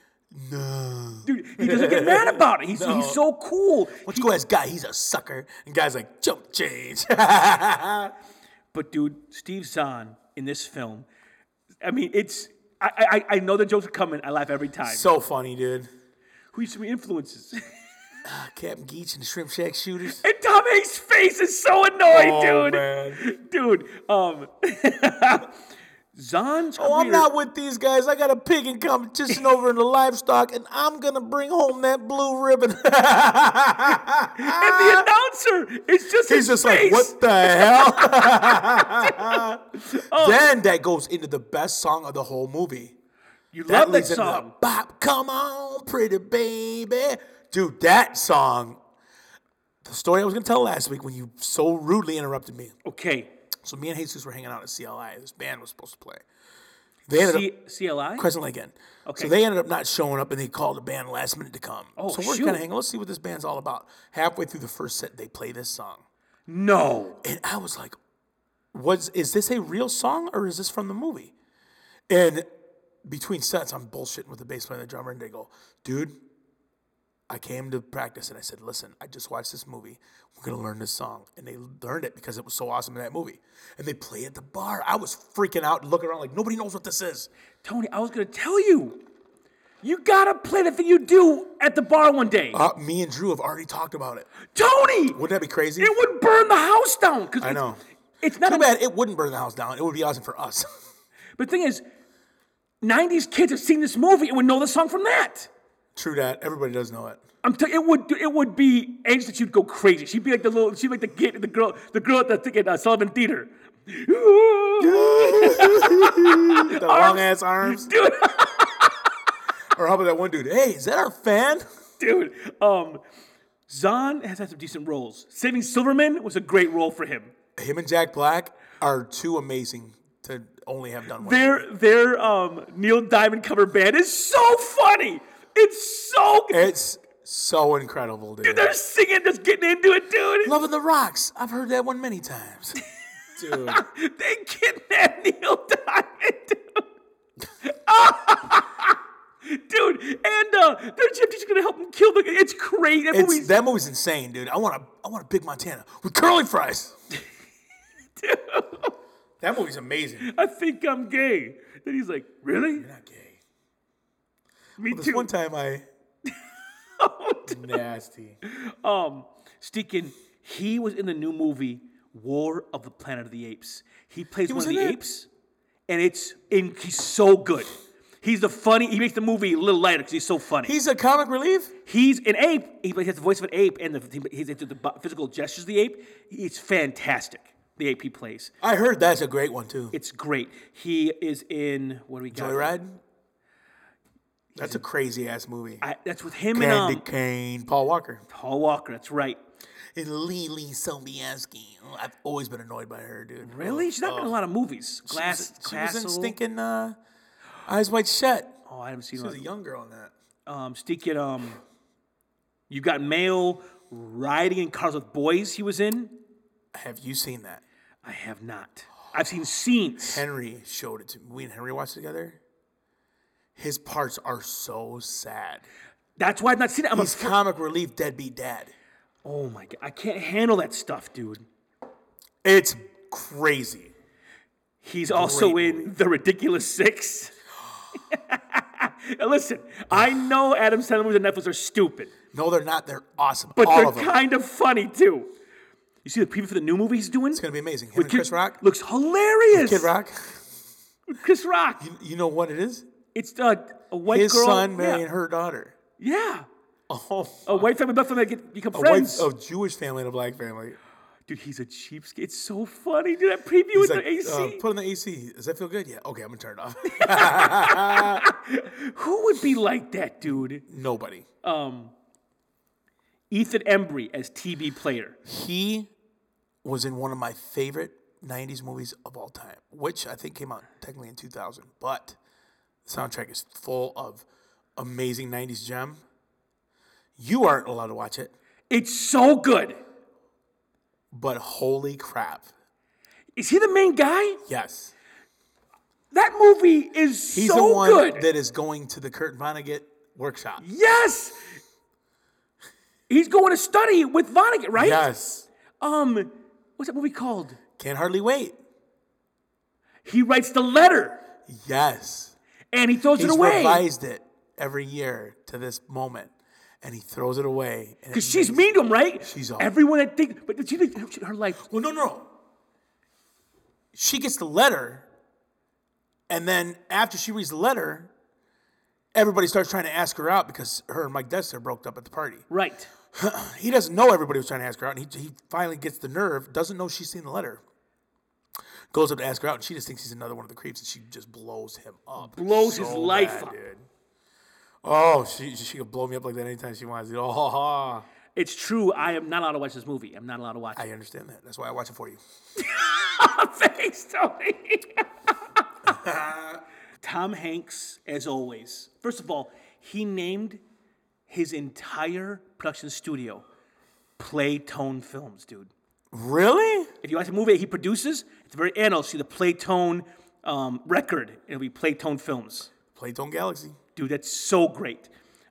[SPEAKER 2] no.
[SPEAKER 1] dude, he doesn't get mad about it. He's he's so cool.
[SPEAKER 2] Let's go ask Guy. He's a sucker. And Guy's like, jump change.
[SPEAKER 1] But dude, Steve Zahn in this film, I mean, it's I I, I know the jokes are coming. I laugh every time.
[SPEAKER 2] so funny, dude.
[SPEAKER 1] Who used to be influences?
[SPEAKER 2] Captain Geach and the Shrimp Shack Shooters.
[SPEAKER 1] and Tom Hanks' face is so annoyed,
[SPEAKER 2] Oh,
[SPEAKER 1] dude.
[SPEAKER 2] man.
[SPEAKER 1] Dude, um, Zahn's
[SPEAKER 2] Oh, I'm
[SPEAKER 1] career-
[SPEAKER 2] not with these guys. I got a pigging competition over in the livestock, and I'm gonna bring home that blue ribbon.
[SPEAKER 1] And the announcer is just
[SPEAKER 2] He's
[SPEAKER 1] his
[SPEAKER 2] just
[SPEAKER 1] face.
[SPEAKER 2] like, what the hell? Oh. Then that goes into the best song of the whole movie.
[SPEAKER 1] You
[SPEAKER 2] That
[SPEAKER 1] love that
[SPEAKER 2] leads into the
[SPEAKER 1] song.
[SPEAKER 2] Bop, come on, pretty baby. Dude, that song. The story I was gonna tell last week when you so rudely interrupted me.
[SPEAKER 1] Okay.
[SPEAKER 2] So me and Jesus were hanging out at CLI. This band was supposed to play. They ended up
[SPEAKER 1] C- CLI?
[SPEAKER 2] Crescent Lake Inn.
[SPEAKER 1] Okay.
[SPEAKER 2] So they ended up not showing up, and they called the band last minute to come. Oh, so we're
[SPEAKER 1] shoot.
[SPEAKER 2] kind of hanging. Let's see what this band's all about. Halfway through the first set, they play this song,
[SPEAKER 1] No.
[SPEAKER 2] and I was like, "Was is this a real song or is this from the movie?" And between sets, I'm bullshitting with the bass player and the drummer, and they go, "Dude." I came to practice and I said, "Listen, I just watched this movie. We're gonna learn this song." And they learned it because it was so awesome in that movie. And they play at the bar. I was freaking out and looking around like nobody knows what this is.
[SPEAKER 1] Tony, I was going to tell you. You got to play the thing you do at the bar one day.
[SPEAKER 2] Uh, me and Drew have already talked about it.
[SPEAKER 1] Tony!
[SPEAKER 2] Wouldn't that be crazy?
[SPEAKER 1] It would burn the house down. 'cause
[SPEAKER 2] I
[SPEAKER 1] it's-
[SPEAKER 2] know.
[SPEAKER 1] It's not
[SPEAKER 2] Too
[SPEAKER 1] a
[SPEAKER 2] bad it wouldn't burn the house down. It would be awesome for us.
[SPEAKER 1] But the thing is, 90s kids have seen this movie and would know the song from that.
[SPEAKER 2] True that. Everybody does know it.
[SPEAKER 1] I'm tell it would it would be Angela. She'd go crazy. She'd be like the little. She'd be like the kid, the girl, the girl at the thing at uh, Sullivan Theater.
[SPEAKER 2] The long ass arms.
[SPEAKER 1] Dude.
[SPEAKER 2] or how about that one dude? Hey, is that our fan?
[SPEAKER 1] Dude, um, Zahn has had some decent roles. Saving Silverman was a great role for him.
[SPEAKER 2] Him and Jack Black are too amazing to only have done one.
[SPEAKER 1] Their their um, Neil Diamond cover band is so funny. It's so
[SPEAKER 2] it's so incredible, dude.
[SPEAKER 1] they're singing, just getting into it, dude.
[SPEAKER 2] Loving the Rocks. I've heard that one many times. dude.
[SPEAKER 1] They kidnapped Neil Diamond, dude. dude, and uh, their gym teacher's gonna help him kill the. It's crazy. That
[SPEAKER 2] It's,
[SPEAKER 1] movie's-
[SPEAKER 2] that movie's insane, dude. I want a, I want a Big Montana with curly fries. That movie's amazing.
[SPEAKER 1] I think I'm gay. Then he's like, really?
[SPEAKER 2] Not gay.
[SPEAKER 1] Me
[SPEAKER 2] This
[SPEAKER 1] too.
[SPEAKER 2] one time I. Nasty.
[SPEAKER 1] Um, Steakin, he was in the new movie War of the Planet of the Apes. He plays
[SPEAKER 2] was
[SPEAKER 1] one of the
[SPEAKER 2] in it?
[SPEAKER 1] apes, and it's in, he's so good. He's the funny. He makes the movie a little lighter because he's so funny.
[SPEAKER 2] He's a comic relief?
[SPEAKER 1] He's an ape. He he has the voice of an ape, and the, he- he's into the bu- physical gestures of the ape. It's fantastic. The ape he plays,
[SPEAKER 2] I heard that's a great one too.
[SPEAKER 1] it's great. He is in what do we got?
[SPEAKER 2] Joyride? That's a crazy ass movie.
[SPEAKER 1] I, that's with him
[SPEAKER 2] Candy
[SPEAKER 1] and um,
[SPEAKER 2] Cane, Paul Walker.
[SPEAKER 1] Paul Walker. That's right.
[SPEAKER 2] And Lily Sobieski. Oh, I've always been annoyed by her, dude.
[SPEAKER 1] Really? She's not
[SPEAKER 2] Oh.
[SPEAKER 1] been in a lot of movies.
[SPEAKER 2] She was-
[SPEAKER 1] Glass,
[SPEAKER 2] she was in
[SPEAKER 1] Castle.
[SPEAKER 2] stinking uh, Eyes Wide Shut.
[SPEAKER 1] oh, I haven't seen
[SPEAKER 2] She was a
[SPEAKER 1] one.
[SPEAKER 2] young girl in that.
[SPEAKER 1] Um, Steakin, um, you got mail riding in cars with boys. He was in.
[SPEAKER 2] Have you seen that?
[SPEAKER 1] I have not. I've seen scenes.
[SPEAKER 2] Henry showed it to me. We and Henry watched it together. His parts are so sad.
[SPEAKER 1] That's why I've not seen it. I'm a,
[SPEAKER 2] He's comic relief, deadbeat dad.
[SPEAKER 1] oh my god, I can't handle that stuff, dude.
[SPEAKER 2] It's crazy.
[SPEAKER 1] He's also
[SPEAKER 2] Great
[SPEAKER 1] in The Ridiculous Six. Now Listen, I know Adam Sandler movies and Netflix are stupid,
[SPEAKER 2] No, they're not. They're awesome.
[SPEAKER 1] but
[SPEAKER 2] All of them.
[SPEAKER 1] they're kind of funny too. You see the preview for the new movie he's doing?
[SPEAKER 2] It's gonna be amazing. Him
[SPEAKER 1] With
[SPEAKER 2] and
[SPEAKER 1] Kid-
[SPEAKER 2] Chris Rock.
[SPEAKER 1] Looks hilarious.
[SPEAKER 2] Kid Rock.
[SPEAKER 1] With Chris Rock.
[SPEAKER 2] You know what it is?
[SPEAKER 1] It's uh, a white
[SPEAKER 2] His
[SPEAKER 1] girl.
[SPEAKER 2] son
[SPEAKER 1] yeah.
[SPEAKER 2] marrying her daughter.
[SPEAKER 1] Yeah.
[SPEAKER 2] Oh,
[SPEAKER 1] A white family, black family, get, become
[SPEAKER 2] a white,
[SPEAKER 1] friends.
[SPEAKER 2] a Jewish family and a black family.
[SPEAKER 1] Dude, he's a cheapskate. It's so funny. Dude, that preview
[SPEAKER 2] He's
[SPEAKER 1] with
[SPEAKER 2] like,
[SPEAKER 1] the AC.
[SPEAKER 2] uh, put on the AC. Does that feel good? Yeah. Okay, I'm gonna turn it off.
[SPEAKER 1] Who would be like that, dude?
[SPEAKER 2] Nobody.
[SPEAKER 1] Ethan Embry as TB player.
[SPEAKER 2] He was in one of my favorite '90s movies of all time, which I think came out technically in 2000. But the soundtrack is full of amazing '90s gem. You aren't allowed to watch it,
[SPEAKER 1] It's so good.
[SPEAKER 2] but holy crap!
[SPEAKER 1] Is he the main guy?
[SPEAKER 2] Yes.
[SPEAKER 1] That movie is
[SPEAKER 2] He's
[SPEAKER 1] so
[SPEAKER 2] the one
[SPEAKER 1] good.
[SPEAKER 2] that is going to the Kurt Vonnegut workshop.
[SPEAKER 1] yes. He's going to study with Vonnegut, right?
[SPEAKER 2] Yes.
[SPEAKER 1] Um, what's that movie called?
[SPEAKER 2] Can't hardly wait.
[SPEAKER 1] He writes the letter
[SPEAKER 2] Yes.
[SPEAKER 1] and he throws
[SPEAKER 2] He's
[SPEAKER 1] it away.
[SPEAKER 2] revised it every year to this moment. and he throws it away. And it-
[SPEAKER 1] Because she's mean to him, right?
[SPEAKER 2] She's awful.
[SPEAKER 1] Everyone that thinks, but did you think her life?
[SPEAKER 2] well, no, no. She gets the letter, and then after she reads the letter, everybody starts trying to ask her out because her and Mike Dexter broke up at the party.
[SPEAKER 1] Right.
[SPEAKER 2] He doesn't know everybody was trying to ask her out, and he, he finally gets the nerve, doesn't know she's seen the letter. Goes up to ask her out, and she just thinks he's another one of the creeps, and she just blows him up.
[SPEAKER 1] Blows his life up.
[SPEAKER 2] Dude. Oh, she she can blow me up like that anytime she wants. Oh, ha, ha.
[SPEAKER 1] It's true. I am not allowed to watch this movie. I'm not allowed to watch it.
[SPEAKER 2] I understand that. That's why I watch it for you.
[SPEAKER 1] Thanks, Tony. Tom Hanks, as always. First of all, he named his entire production studio Playtone Films, dude.
[SPEAKER 2] Really?
[SPEAKER 1] If you watch a movie that he produces, at the very end, I'll see the Playtone um, record. It'll be Playtone Films.
[SPEAKER 2] Playtone Galaxy.
[SPEAKER 1] Dude, that's so great.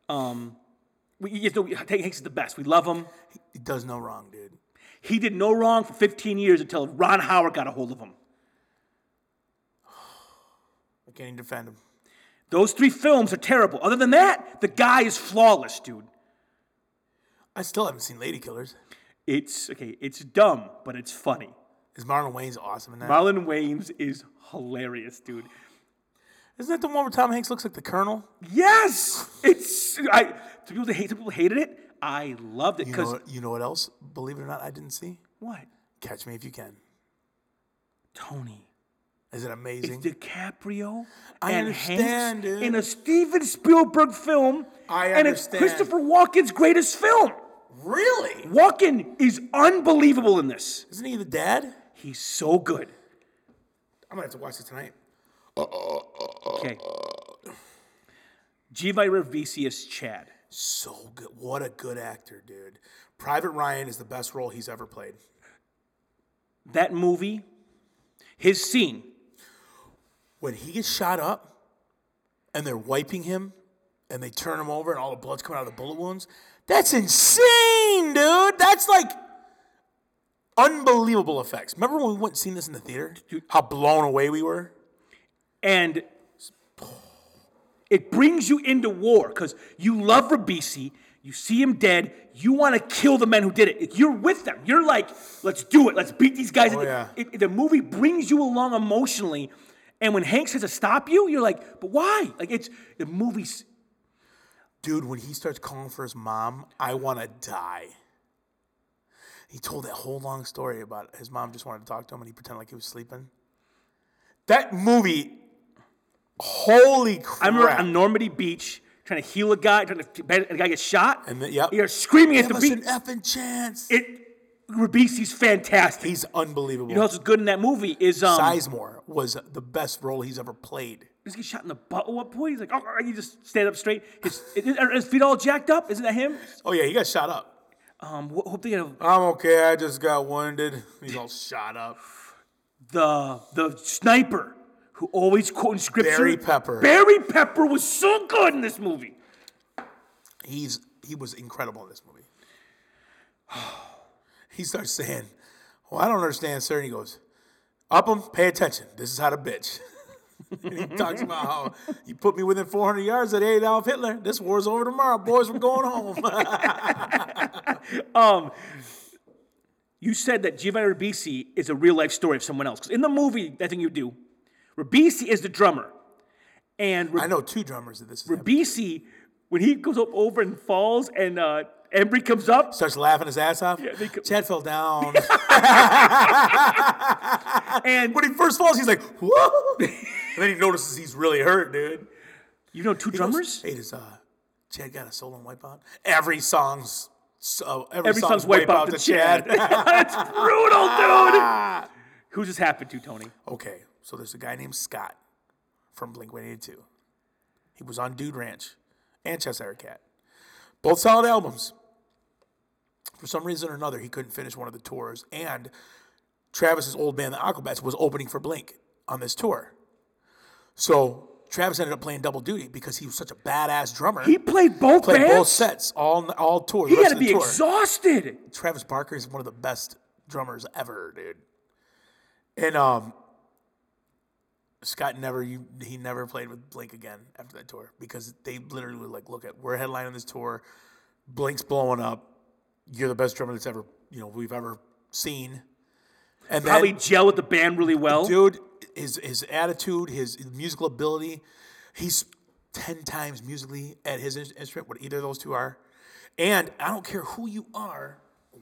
[SPEAKER 1] Um, we, you know, Tom Hanks is the best. We love him.
[SPEAKER 2] He does no wrong, dude.
[SPEAKER 1] He did no wrong for 15 years until Ron Howard got a hold of him.
[SPEAKER 2] I can't even defend him.
[SPEAKER 1] Those three films are terrible. Other than that, the guy is flawless, dude.
[SPEAKER 2] I still haven't seen Lady Killers.
[SPEAKER 1] It's okay, it's dumb, but it's funny.
[SPEAKER 2] Is Marlon Wayne's awesome in that?
[SPEAKER 1] Marlon Wayans is hilarious, dude.
[SPEAKER 2] Isn't that the one where Tom Hanks looks like the Colonel?
[SPEAKER 1] Yes! It's I some people that hate some people hated it. I loved it
[SPEAKER 2] You
[SPEAKER 1] because
[SPEAKER 2] know, you know what else? Believe it or not, I didn't see.
[SPEAKER 1] what?
[SPEAKER 2] Catch Me If You Can.
[SPEAKER 1] Tony.
[SPEAKER 2] Is it amazing?
[SPEAKER 1] It's DiCaprio
[SPEAKER 2] I
[SPEAKER 1] and
[SPEAKER 2] understand,
[SPEAKER 1] Hanks
[SPEAKER 2] dude.
[SPEAKER 1] in a Steven Spielberg film.
[SPEAKER 2] I
[SPEAKER 1] And it's
[SPEAKER 2] understand.
[SPEAKER 1] Christopher Walken's greatest film.
[SPEAKER 2] really?
[SPEAKER 1] Walken is unbelievable in this.
[SPEAKER 2] Isn't he the dad?
[SPEAKER 1] He's so good.
[SPEAKER 2] I'm gonna have to watch it tonight.
[SPEAKER 1] Okay. Givi Ravisius Chad.
[SPEAKER 2] So good. What a good actor, dude. Private Ryan is the best role he's ever played.
[SPEAKER 1] That movie, his scene,
[SPEAKER 2] When he gets shot up and they're wiping him and they turn him over and all the blood's coming out of the bullet wounds, that's insane, dude. That's like unbelievable effects. Remember when we went and seen this in the theater? How blown away we were?
[SPEAKER 1] and it brings you into war because you love Rabisi, you see him dead, you want to kill the men who did it. You're with them. You're like, let's do it. Let's beat these guys.
[SPEAKER 2] Oh, yeah.
[SPEAKER 1] It- the movie brings you along emotionally, and when Hank says to stop you, you're like, but why? Like it's the movie's
[SPEAKER 2] Dude, when he starts calling for his mom, I want to die. He told that whole long story about his mom just wanted to talk to him and he pretended like he was sleeping. That movie, holy crap.
[SPEAKER 1] I remember on Normandy Beach trying to heal a guy, trying to and a guy gets shot.
[SPEAKER 2] And then- yep.
[SPEAKER 1] You're screaming at
[SPEAKER 2] Give
[SPEAKER 1] the
[SPEAKER 2] us
[SPEAKER 1] beach.
[SPEAKER 2] an effing chance.
[SPEAKER 1] it Rabisi's fantastic.
[SPEAKER 2] He's unbelievable.
[SPEAKER 1] you know what's good in that movie is um
[SPEAKER 2] Sizemore was the best role he's ever played.
[SPEAKER 1] just get shot in the butt at one point. He's like, oh, oh, he just stand up straight. His, are his feet all jacked up. Isn't that him?
[SPEAKER 2] Oh, yeah, he got shot up.
[SPEAKER 1] Um, wh- hope they get a-
[SPEAKER 2] I'm okay. I just got wounded. He's all shot up.
[SPEAKER 1] the the sniper who always quoting scripture.
[SPEAKER 2] Barry Pepper.
[SPEAKER 1] Barry Pepper was so good in this movie.
[SPEAKER 2] he's he was incredible in this movie. he starts saying, "Well, I don't understand, sir." And he goes, "Upham, pay attention. This is how to bitch." and he talks about how you put me within 400 yards of Adolf Hitler. This war's over tomorrow, boys. We're going home.
[SPEAKER 1] You said that Giovanni Ribisi is a real life story of someone else. 'Cause in the movie, that thing you do, Ribisi is the drummer, and Rib-
[SPEAKER 2] I know two drummers that this is. happening.
[SPEAKER 1] Ribisi when he goes up over and falls, and uh, Embry comes up.
[SPEAKER 2] Starts laughing his ass off.
[SPEAKER 1] they co-
[SPEAKER 2] Chad fell down.
[SPEAKER 1] And
[SPEAKER 2] when he first falls, he's like, "Whoa!" and then he notices he's really hurt, dude.
[SPEAKER 1] you know two drummers.
[SPEAKER 2] Hey, does uh, Chad got a solo wipeout? Every song's so every,
[SPEAKER 1] Every
[SPEAKER 2] song's,
[SPEAKER 1] song's wipe
[SPEAKER 2] wipeout
[SPEAKER 1] out
[SPEAKER 2] to
[SPEAKER 1] the
[SPEAKER 2] Chad. Ah.
[SPEAKER 1] Chad. That's brutal, dude. Who just happened to Tony?
[SPEAKER 2] okay, so there's a guy named Scott from Blink 182. He was on Dude Ranch and Cheshire Cat, both solid albums. For some reason or another, he couldn't finish one of the tours, and Travis's old band, the Aquabats, was opening for Blink on this tour. So Travis ended up playing double duty because he was such a badass drummer.
[SPEAKER 1] He played both
[SPEAKER 2] played both
[SPEAKER 1] bands.
[SPEAKER 2] sets, all all tours.
[SPEAKER 1] He
[SPEAKER 2] got
[SPEAKER 1] gotta be exhausted.
[SPEAKER 2] Travis Barker is one of the best drummers ever, dude. And um, Scott never you, he never played with Blink again after that tour because they literally would like, look at we're headlining this tour, Blink's blowing up. You're the best drummer that's ever you know we've ever seen. And
[SPEAKER 1] Probably
[SPEAKER 2] then,
[SPEAKER 1] gel with the band really well.
[SPEAKER 2] dude, his his attitude, his musical ability, he's ten times musically at his in- instrument. What either of those two are, and I don't care who you are,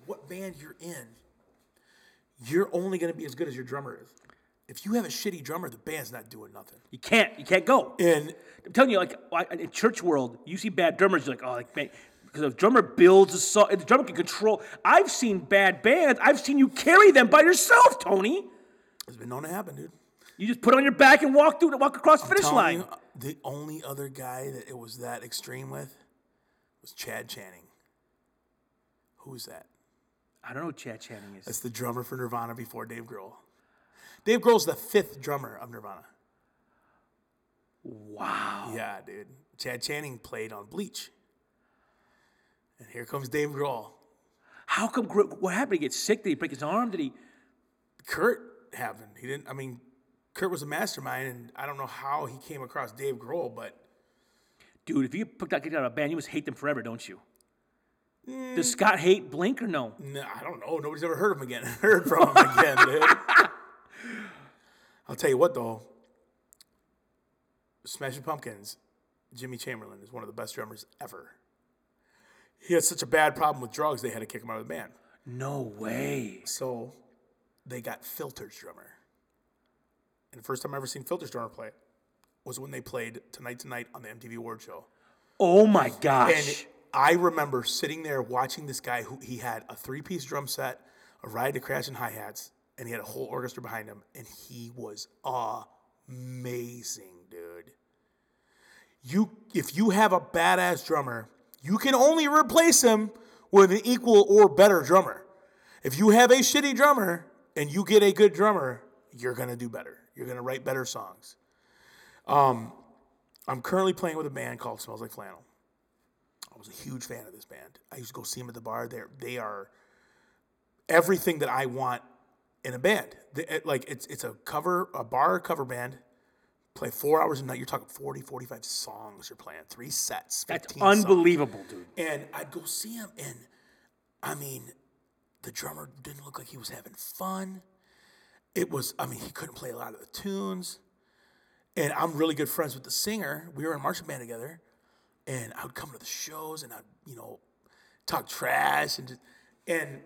[SPEAKER 2] what band you're in, you're only going to be as good as your drummer is. If you have a shitty drummer, the band's not doing nothing.
[SPEAKER 1] You can't. You can't go.
[SPEAKER 2] And
[SPEAKER 1] I'm telling you, like I- in church world, you see bad drummers. You're like, oh, like man, because the drummer builds a song. The drummer can control. I've seen bad bands. I've seen you carry them by yourself, Tony.
[SPEAKER 2] it's been known to happen, dude.
[SPEAKER 1] You just put it on your back and walk through, walk across the finish
[SPEAKER 2] Telling
[SPEAKER 1] line.
[SPEAKER 2] you, uh, the only other guy that it was that extreme with was Chad Channing. Who's that?
[SPEAKER 1] I don't know who Chad Channing is.
[SPEAKER 2] That's the drummer for Nirvana before Dave Grohl. Dave Grohl's the fifth drummer of Nirvana.
[SPEAKER 1] Wow.
[SPEAKER 2] Yeah, dude. Chad Channing played on Bleach. And here comes Dave Grohl.
[SPEAKER 1] How come? Gro- What happened? Did he get sick? Did he break his arm? Did he?
[SPEAKER 2] Kurt happened. He didn't I mean, Kurt was a mastermind and I don't know how he came across Dave Grohl, but
[SPEAKER 1] Dude, if you get picked out, kicked out of a band, you must hate them forever, don't you?
[SPEAKER 2] Mm.
[SPEAKER 1] Does Scott hate Blink or no?
[SPEAKER 2] No, I don't know. Nobody's ever heard of him again. heard from him again, dude. I'll tell you what though. Smashing Pumpkins, Jimmy Chamberlain is one of the best drummers ever. He had such a bad problem with drugs, they had to kick him out of the band.
[SPEAKER 1] No way.
[SPEAKER 2] So they got Filters drummer. And the first time I ever seen Filters drummer play was when they played Tonight Tonight on the MTV Award Show.
[SPEAKER 1] Oh my
[SPEAKER 2] And
[SPEAKER 1] gosh.
[SPEAKER 2] I remember sitting there watching this guy who he had a three piece drum set, a ride to crash and hi hats, and he had a whole orchestra behind him, and he was amazing, dude. You if you have a badass drummer, you can only replace him with an equal or better drummer. If you have a shitty drummer and you get a good drummer, you're gonna do better. You're gonna write better songs. Um, I'm currently playing with a band called Smells Like Flannel. I was a huge fan of this band. I used to go see them at the bar. They they are everything that I want in a band. They- it- like it's it's a cover a bar cover band. Play four hours a night. You're talking 40, 45 songs. You're playing three sets.
[SPEAKER 1] That's
[SPEAKER 2] 15 songs.
[SPEAKER 1] unbelievable, dude.
[SPEAKER 2] And I'd go see him, and I mean, the drummer didn't look like he was having fun. It was, I mean, he couldn't play a lot of the tunes. And I'm really good friends with the singer. We were in marching band together, and I would come to the shows and I'd, you know, talk trash and just, and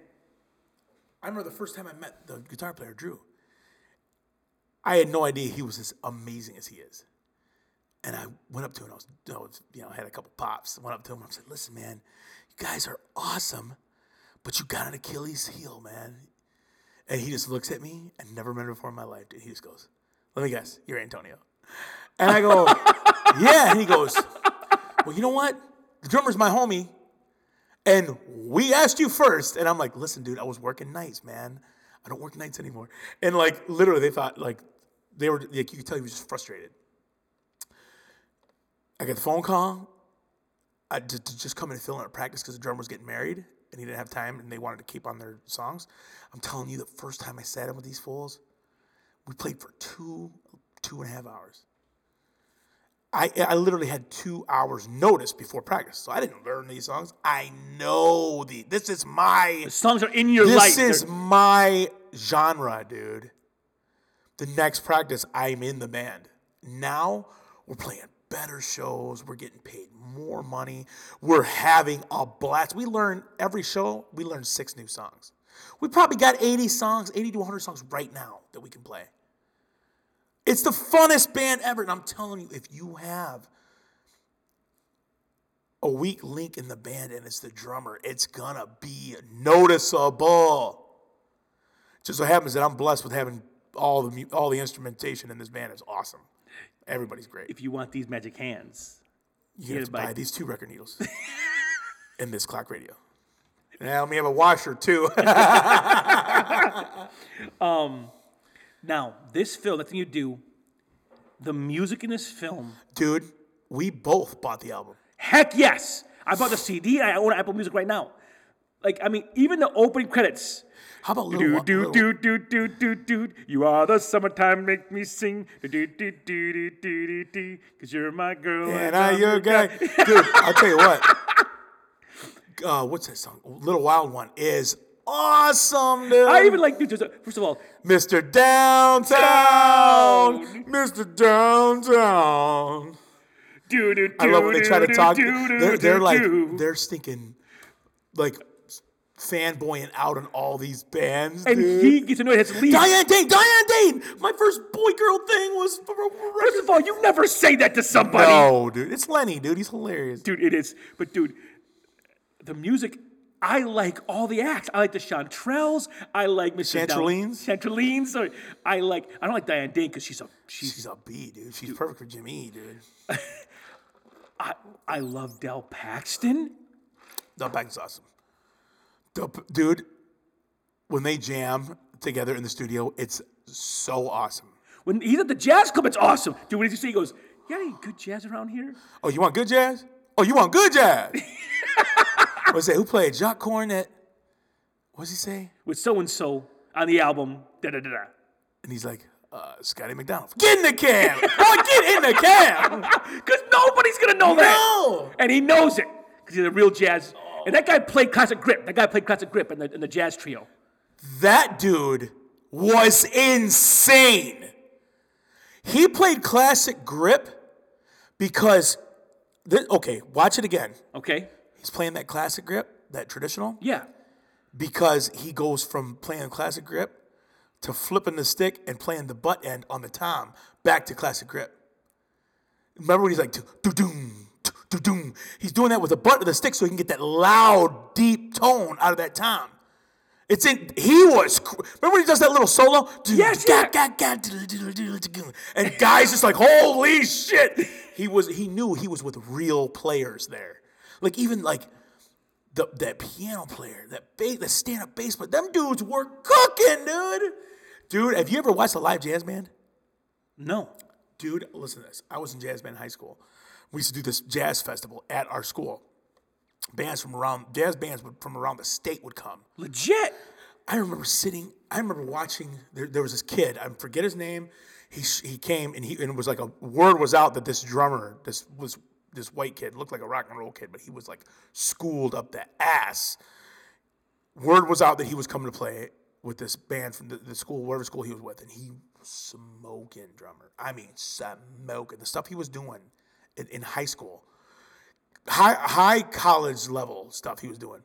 [SPEAKER 2] I remember the first time I met the guitar player Drew. I had no idea he was as amazing as he is. And I went up to him. I was, I was you know, had a couple pops. Went up to him. I said, "Listen, man, you guys are awesome, but you got an Achilles heel, man." And he just looks at me. I never met him before in my life. Dude, he just goes, "Let me guess, you're Antonio." And I go, "Yeah." And he goes, "Well, you know what? The drummer's my homie, and we asked you first. And I'm like, "Listen, dude, I was working nights, man. I don't work nights anymore." And like, literally, they thought like they were like you could tell he was just frustrated. I get the phone call. I to, to just come in and fill in at practice because the drummer was getting married and he didn't have time and they wanted to keep on their songs. I'm telling you, the first time I sat in with these fools, we played for two, two and a half hours. I, I literally had two hours notice before practice, so I didn't learn these songs. I know the. This is my.
[SPEAKER 1] The songs are in your
[SPEAKER 2] This
[SPEAKER 1] life. They're-
[SPEAKER 2] is my genre, dude. The next practice, I'm in the band. Now we're playing better shows. We're getting paid more money. We're having a blast. We learn every show, we learn six new songs. We probably got 80 songs, 80 to 100 songs right now that we can play. It's the funnest band ever. And I'm telling you, if you have a weak link in the band and it's the drummer, it's gonna be noticeable. Just so happens that I'm blessed with having all the mu- all the instrumentation in this band is awesome. Everybody's great.
[SPEAKER 1] if you want these magic hands.
[SPEAKER 2] You have to
[SPEAKER 1] buy-
[SPEAKER 2] buy these two record needles and this clock radio. Now let me have a washer too.
[SPEAKER 1] Now, this film, the thing you do, the music in this film,
[SPEAKER 2] Dude, we both bought the album.
[SPEAKER 1] heck yes. I bought the CD. I own Apple Music right now. Like, I mean, even the opening credits.
[SPEAKER 2] How about Little,
[SPEAKER 1] Do
[SPEAKER 2] Wa-
[SPEAKER 1] do
[SPEAKER 2] Little-
[SPEAKER 1] do do do do do. You are the summertime, make me sing. Do do do do do do do. Cause you're my girl.
[SPEAKER 2] And
[SPEAKER 1] I'm
[SPEAKER 2] I, your guy. Dude, I'll tell you what. uh, what's that song? Little Wild One is awesome, dude.
[SPEAKER 1] I even like, dude, just- first of all,
[SPEAKER 2] Mr. Downtown, Mr. Downtown.
[SPEAKER 1] dude, dude,
[SPEAKER 2] I love when they try to talk. They're, they're like they're stinking, like fanboying out on all these bands.
[SPEAKER 1] and
[SPEAKER 2] dude.
[SPEAKER 1] he gets annoyed, has to leave.
[SPEAKER 2] Diane Dane, Diane Dane. My first boy girl thing was from a
[SPEAKER 1] First
[SPEAKER 2] record.
[SPEAKER 1] of all, you never say that to somebody.
[SPEAKER 2] No, dude, it's Lenny, dude. He's hilarious.
[SPEAKER 1] Dude, it is. But, dude, the music, I like all the acts. I like the Chanterelles. I like Mr. Down-
[SPEAKER 2] Chanterlines?
[SPEAKER 1] Chanterlines. Sorry. I like, I don't like Diane Dane because she's a, she's,
[SPEAKER 2] She's a B, dude. She's perfect for Jimmy, E, dude.
[SPEAKER 1] I, I love Del Paxton.
[SPEAKER 2] The back's awesome. The p- dude, when they jam together in the studio, it's so awesome.
[SPEAKER 1] When he's at the jazz club, it's awesome. Dude, what did you say? He goes, you got any good jazz around here?
[SPEAKER 2] Oh, you want good jazz? Oh, you want good jazz? What's that? Who played Jacques Cornet? What's he say?
[SPEAKER 1] With so-and-so on the album, da-da-da-da.
[SPEAKER 2] And he's like, uh, Scotty McDonald. Get in the cab! Boy, get in the cab!
[SPEAKER 1] Because nobody's gonna know that.
[SPEAKER 2] No!
[SPEAKER 1] And he knows it because he's a real jazz. And that guy played classic grip. That guy played classic grip in the, in the jazz trio.
[SPEAKER 2] That dude was insane. He played classic grip because, thi- okay, watch it again.
[SPEAKER 1] Okay.
[SPEAKER 2] He's playing that classic grip, that traditional,
[SPEAKER 1] Yeah.
[SPEAKER 2] because he goes from playing classic grip to flipping the stick and playing the butt end on the tom back to classic grip. Remember when he's like, do doom, do doom. He's doing that with the butt of the stick so he can get that loud, deep tone out of that tom. It's in. He was. cr- Remember when he does that little solo?
[SPEAKER 1] Yes, yeah.
[SPEAKER 2] And guys just like, holy shit! He was. He knew he was with real players there. Like even like the that piano player, that ba- that stand up bass player. Them dudes were cooking, dude. Dude, have you ever watched a live jazz band?
[SPEAKER 1] No.
[SPEAKER 2] dude, listen to this. I was in jazz band in high school. We used to do this jazz festival at our school. Bands from around jazz bands would- from around the state would come.
[SPEAKER 1] Legit.
[SPEAKER 2] I remember sitting. I remember watching. There, there was this kid. I forget his name. He sh- he came and he and it was like a word was out that this drummer, this was this white kid, looked like a rock and roll kid, but he was like schooled up the ass. Word was out that he was coming to play with this band from the, the school, whatever school he was with, and he was smoking drummer. I mean, smoking the stuff he was doing in, in high school, high high college level stuff he was doing.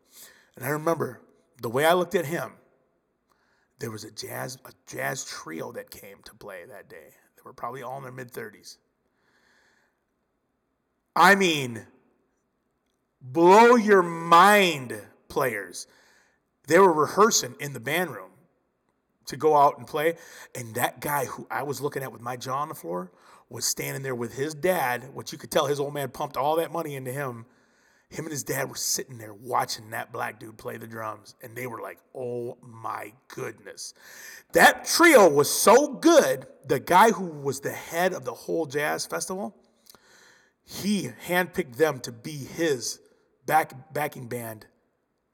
[SPEAKER 2] And I remember the way I looked at him there was a jazz a jazz trio that came to play that day. They were probably all in their mid thirties. I mean, blow your mind, players. They were rehearsing in the band room to go out and play, and that guy who I was looking at with my jaw on the floor was standing there with his dad. What you could tell, his old man pumped all that money into him him and his dad were sitting there watching that black dude play the drums and they were like oh my goodness that trio was so good the guy who was the head of the whole jazz festival he handpicked them to be his back backing band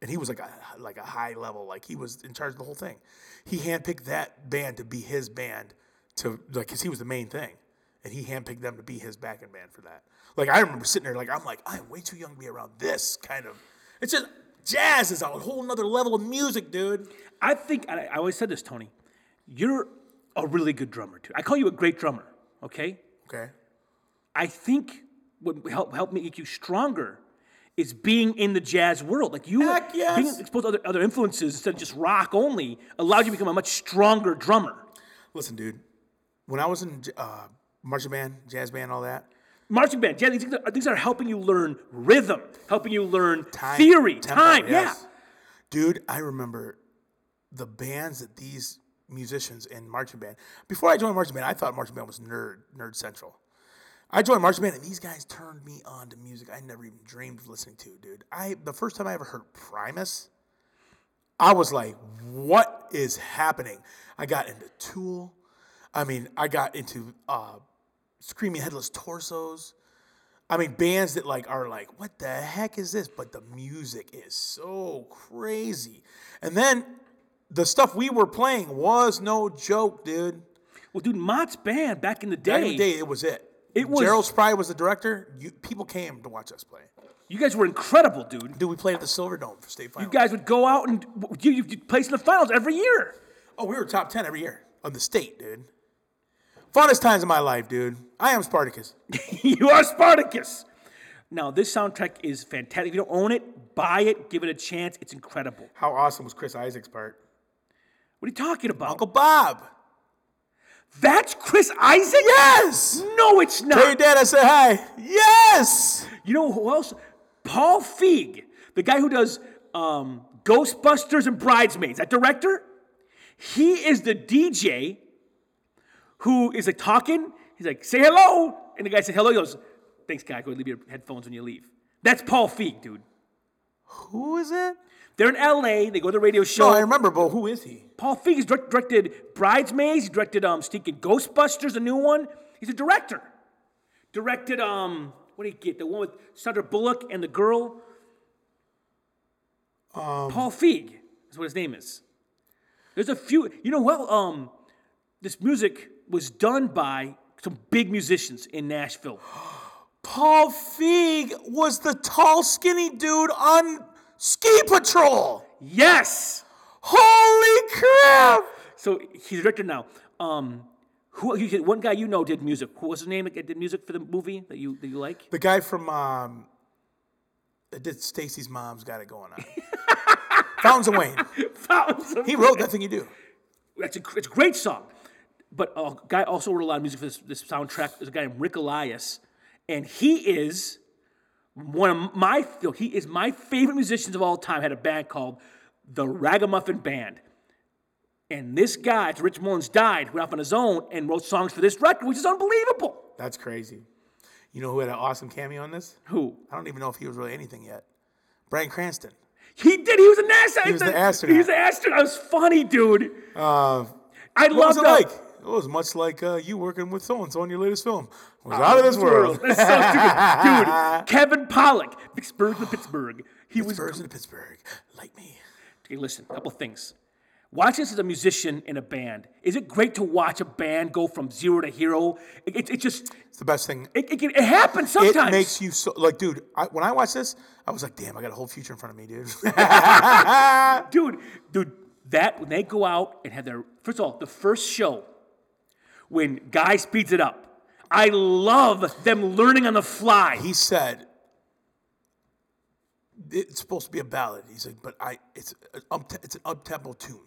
[SPEAKER 2] and he was like a like a high level like he was in charge of the whole thing he handpicked that band to be his band to like cuz he was the main thing and he handpicked them to be his backing band for that like i remember sitting there like i'm like i'm way too young to be around this kind of it's just jazz is a whole nother level of music dude
[SPEAKER 1] I think I, I always said this, Tony. You're a really good drummer too. I call you a great drummer. Okay.
[SPEAKER 2] okay
[SPEAKER 1] I think what help help make you stronger is being in the jazz world. Like you
[SPEAKER 2] Heck yes.
[SPEAKER 1] being exposed to other, other influences instead of just rock only allowed you to become a much stronger drummer.
[SPEAKER 2] listen dude when i was in uh, marching band jazz band all that
[SPEAKER 1] Marching band, jazz, these things are, things are helping you learn rhythm, helping you learn
[SPEAKER 2] Time,
[SPEAKER 1] theory,
[SPEAKER 2] tempo,
[SPEAKER 1] time.
[SPEAKER 2] yes.
[SPEAKER 1] Yeah.
[SPEAKER 2] Dude, I remember the bands that these musicians in marching band. Before I joined marching band, I thought marching band was nerd, nerd central. I joined marching band, and these guys turned me on to music I never even dreamed of listening to, dude. I the first time I ever heard Primus, I was like, "What is happening?" I got into Tool. I mean, I got into uh, Screaming Headless Torsos. I mean, bands that like are like, what the heck is this? But the music is so crazy. And then the stuff we were playing was no joke, dude.
[SPEAKER 1] Well, dude, Mott's band back in the day.
[SPEAKER 2] Back in the day, it was it.
[SPEAKER 1] It was-
[SPEAKER 2] Gerald Spry was the director. You, people came to watch us play.
[SPEAKER 1] You guys were incredible, dude.
[SPEAKER 2] Dude, we played at the Silverdome for state
[SPEAKER 1] You
[SPEAKER 2] finals.
[SPEAKER 1] guys would go out and you, you, you place in the finals every year.
[SPEAKER 2] oh, we were top ten every year of the state, dude. Funnest times of my life, dude. I am Spartacus.
[SPEAKER 1] you are Spartacus. Now, this soundtrack is fantastic. If you don't own it, buy it, give it a chance. It's incredible.
[SPEAKER 2] How awesome was Chris Isaac's part?
[SPEAKER 1] What are you talking about?
[SPEAKER 2] Uncle Bob.
[SPEAKER 1] That's Chris Isaac?
[SPEAKER 2] Yes.
[SPEAKER 1] No, it's
[SPEAKER 2] Tell your
[SPEAKER 1] not.
[SPEAKER 2] dad I said hi. Yes.
[SPEAKER 1] You know who else? Paul Feig, the guy who does um, Ghostbusters and Bridesmaids, that director. He is the DJ who is like talking. He's like, say hello. And the guy said, hello. He goes, thanks, guy. Go leave your headphones when you leave. That's Paul Feig, dude.
[SPEAKER 2] Who is it?
[SPEAKER 1] They're in LA. They go to the radio
[SPEAKER 2] No,
[SPEAKER 1] show.
[SPEAKER 2] I remember, but who is he?
[SPEAKER 1] Paul Feig has direct, directed Bridesmaids. He directed um, Stinking Ghostbusters, a new one. He's a director. Directed um, what did he get? The one with Sandra Bullock and the girl. Paul Feig is what his name is. There's a few. You know well um, this music was done by some big musicians in Nashville.
[SPEAKER 2] Paul Feig was the tall, skinny dude on Ski Patrol.
[SPEAKER 1] Yes.
[SPEAKER 2] Holy crap!
[SPEAKER 1] So he's a director now. Um, who you said one guy you know did music. What was his name that did music for the movie that you that you like?
[SPEAKER 2] The guy from um, that did Stacy's mom's got it going on. Fountains of Wayne.
[SPEAKER 1] Fountains of
[SPEAKER 2] He wrote that thing you do.
[SPEAKER 1] That's a, gr- it's a great song. But a guy also wrote a lot of music for this, this soundtrack. There's a guy named Rick Elias, and he is one of my no, he is my favorite musicians of all time. Had a band called the Ragamuffin Band, and this guy, after Rich Mullins died, went off on his own and wrote songs for this record, which is unbelievable.
[SPEAKER 2] That's crazy. You know who had an awesome cameo on this?
[SPEAKER 1] Who
[SPEAKER 2] I don't even know if he was really anything yet. Brian Cranston.
[SPEAKER 1] he did? He was a NASA. He
[SPEAKER 2] was the astronaut.
[SPEAKER 1] He was the astronaut. It was funny, dude.
[SPEAKER 2] Uh,
[SPEAKER 1] I
[SPEAKER 2] what was
[SPEAKER 1] love
[SPEAKER 2] it like? It was much like uh, you working with so and so on your latest film. It was out of this world.
[SPEAKER 1] That's so stupid. Dude, Kevin Pollock, Pittsburgh to Pittsburgh. He was.
[SPEAKER 2] Pittsburgh's in Pittsburgh, like me.
[SPEAKER 1] Okay, listen, a couple things. Watching this as a musician in a band, is it great to watch a band go from zero to hero? It, it, it just,
[SPEAKER 2] It's the best thing.
[SPEAKER 1] it, it, it happens
[SPEAKER 2] It
[SPEAKER 1] sometimes.
[SPEAKER 2] makes you so like, dude. I, when I watched this, I was like, damn, I got a whole future in front of me, dude.
[SPEAKER 1] dude, dude, that, when they go out and have their, first of all, the first show, when Guy speeds it up, I love them learning on the fly.
[SPEAKER 2] he said it's supposed to be a ballad. He's like, but I it's an up it's an up-tempo tune.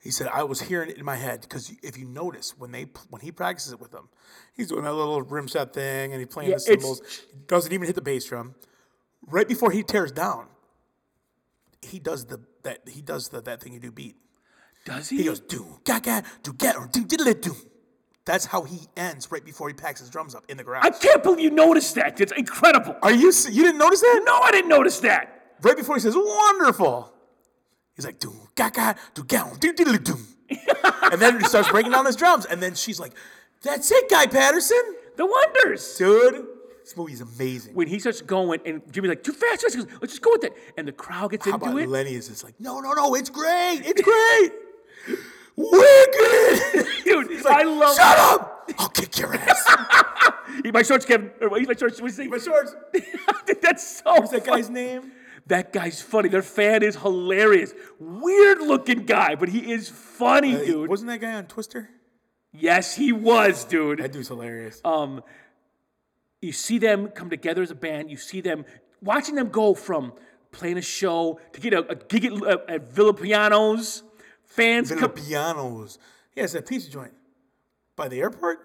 [SPEAKER 2] He said I was hearing it in my head because if you notice when they when he practices it with them, he's doing that little rim shot thing and he's playing
[SPEAKER 1] Yeah,
[SPEAKER 2] the
[SPEAKER 1] it's-
[SPEAKER 2] cymbals. Doesn't even hit the bass drum. Right before he tears down, he does the that he does the that thing you do beat.
[SPEAKER 1] Does he?
[SPEAKER 2] He goes do ga ga do ga or do diddle do. That's how he ends right before he packs his drums up in the garage.
[SPEAKER 1] I can't believe you noticed that. It's incredible.
[SPEAKER 2] Are you se- you didn't notice that?
[SPEAKER 1] No, I didn't notice that.
[SPEAKER 2] right before he says wonderful, he's like doo ga ga doo ga doo diddly doo, and then he starts breaking down his drums, and then she's like, "That's it, Guy Patterson,
[SPEAKER 1] The Wonders.
[SPEAKER 2] dude. This movie's amazing."
[SPEAKER 1] when he starts going, and Jimmy's like, too fast, too fast," he goes, let's just go with it. And the crowd gets
[SPEAKER 2] How
[SPEAKER 1] into
[SPEAKER 2] about
[SPEAKER 1] it.
[SPEAKER 2] Lenny is just like, "No, no, no, it's great, it's great, wicked."
[SPEAKER 1] Dude,
[SPEAKER 2] He's like,
[SPEAKER 1] I love
[SPEAKER 2] Shut up! I'll kick your ass.
[SPEAKER 1] Eat my shorts, Kevin. Or, eat my shorts. What's
[SPEAKER 2] My shorts.
[SPEAKER 1] That's so
[SPEAKER 2] What's that
[SPEAKER 1] funny.
[SPEAKER 2] guy's name?
[SPEAKER 1] That guy's funny. Their fan is hilarious. Weird looking guy, but he is
[SPEAKER 2] Uh,
[SPEAKER 1] funny, dude.
[SPEAKER 2] Wasn't that guy on Twister?
[SPEAKER 1] yes, he was, dude.
[SPEAKER 2] That dude's hilarious.
[SPEAKER 1] um, you see them come together as a band. You see them watching them go from playing a show to get a, a gig at, at, at Villa Pianos. Fans
[SPEAKER 2] Little
[SPEAKER 1] come.
[SPEAKER 2] pianos. Yeah, it's that pizza joint by the airport.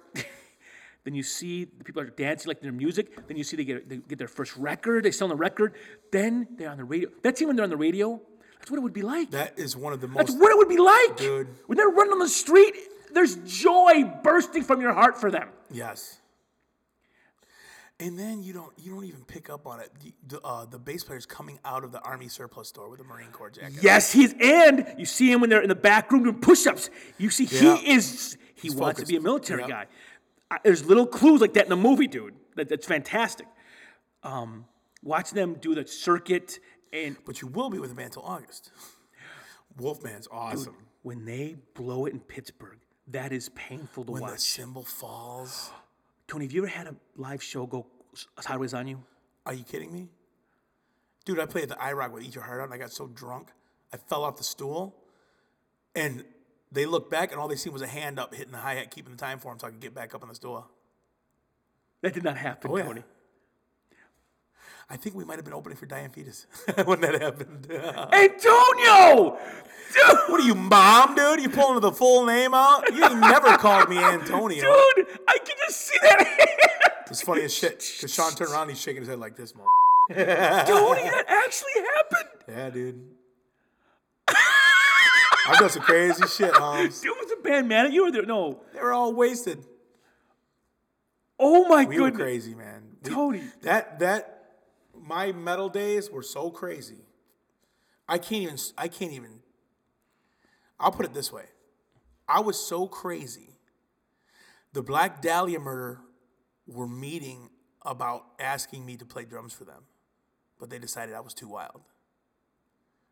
[SPEAKER 1] Then you see the people are dancing like their music. Then you see they get, they get their first record. They sell the record. Then they're on the radio. That's even when they're on the radio. That's what it would be like.
[SPEAKER 2] That is one of the
[SPEAKER 1] That's
[SPEAKER 2] most
[SPEAKER 1] what it would be like.
[SPEAKER 2] Dude.
[SPEAKER 1] When they're running on the street, there's joy bursting from your heart for them.
[SPEAKER 2] Yes. And then you don't you don't even pick up on it. The the, uh, the bass player's coming out of the army surplus store with a Marine Corps jacket.
[SPEAKER 1] Yes, he's and you see him when they're in the back room doing push-ups. You see
[SPEAKER 2] Yeah.
[SPEAKER 1] he is he wants to be a
[SPEAKER 2] focused.
[SPEAKER 1] military
[SPEAKER 2] Yep.
[SPEAKER 1] guy. I, there's little clues like that in the movie, dude. That, that's fantastic. Um, watching them do the circuit and
[SPEAKER 2] But you will be with him until August. Wolfman's awesome.
[SPEAKER 1] when they blow it in Pittsburgh, that is painful to
[SPEAKER 2] when the
[SPEAKER 1] watch.
[SPEAKER 2] cymbal falls.
[SPEAKER 1] Tony, have you ever had a live show go s- sideways on you?
[SPEAKER 2] Are you kidding me? Dude, I played at the IROC with Eat Your Heart Out, and I got so drunk, I fell off the stool, and they looked back, and all they seen was a hand up hitting the hi hat, keeping the time for him, so I could get back up on the stool.
[SPEAKER 1] That did not happen,
[SPEAKER 2] Oh, yeah.
[SPEAKER 1] Tony.
[SPEAKER 2] I think we might have been opening for Diane Fetus when that happened.
[SPEAKER 1] Antonio! Dude!
[SPEAKER 2] what are you, mom, dude? You pulling the full name out? You ain't never called me Antonio.
[SPEAKER 1] Dude! I can just see that hand!
[SPEAKER 2] It's funny as shit. Cause Sean turned around, he's shaking his head like this, mother.
[SPEAKER 1] Tony, that actually happened!
[SPEAKER 2] Yeah, dude. I've done some crazy shit, Holmes.
[SPEAKER 1] Dude, was the band mad at you or they- no?
[SPEAKER 2] They were all wasted.
[SPEAKER 1] Oh my
[SPEAKER 2] We were
[SPEAKER 1] goodness.
[SPEAKER 2] crazy, man. We-
[SPEAKER 1] Tony.
[SPEAKER 2] that that my metal days were so crazy. I can't even. I can't even. I'll put it this way: I was so crazy. The Black Dahlia murder were meeting about asking me to play drums for them, but they decided I was too wild.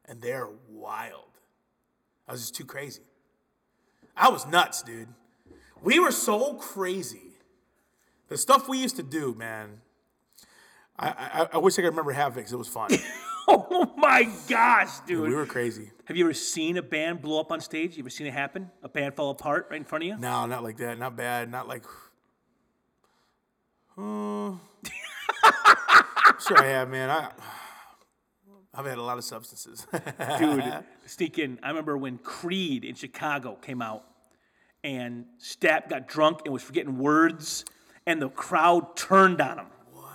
[SPEAKER 2] And they're wild. I was just too crazy. I was nuts, dude. We were so crazy. The stuff we used to do, man. I, I, I wish I could remember half it 'cause it was fun.
[SPEAKER 1] Oh my gosh, dude.
[SPEAKER 2] we were crazy.
[SPEAKER 1] Have you ever seen a band blow up on stage? You ever seen it happen? A band fall apart right in front of you?
[SPEAKER 2] No, not like that. Not bad. Not like. Uh, sure, I have, man. I, I've had a lot of substances.
[SPEAKER 1] Dude, sneak in. I remember when Creed in Chicago came out and Stapp got drunk and was forgetting words and the crowd turned on him.
[SPEAKER 2] what?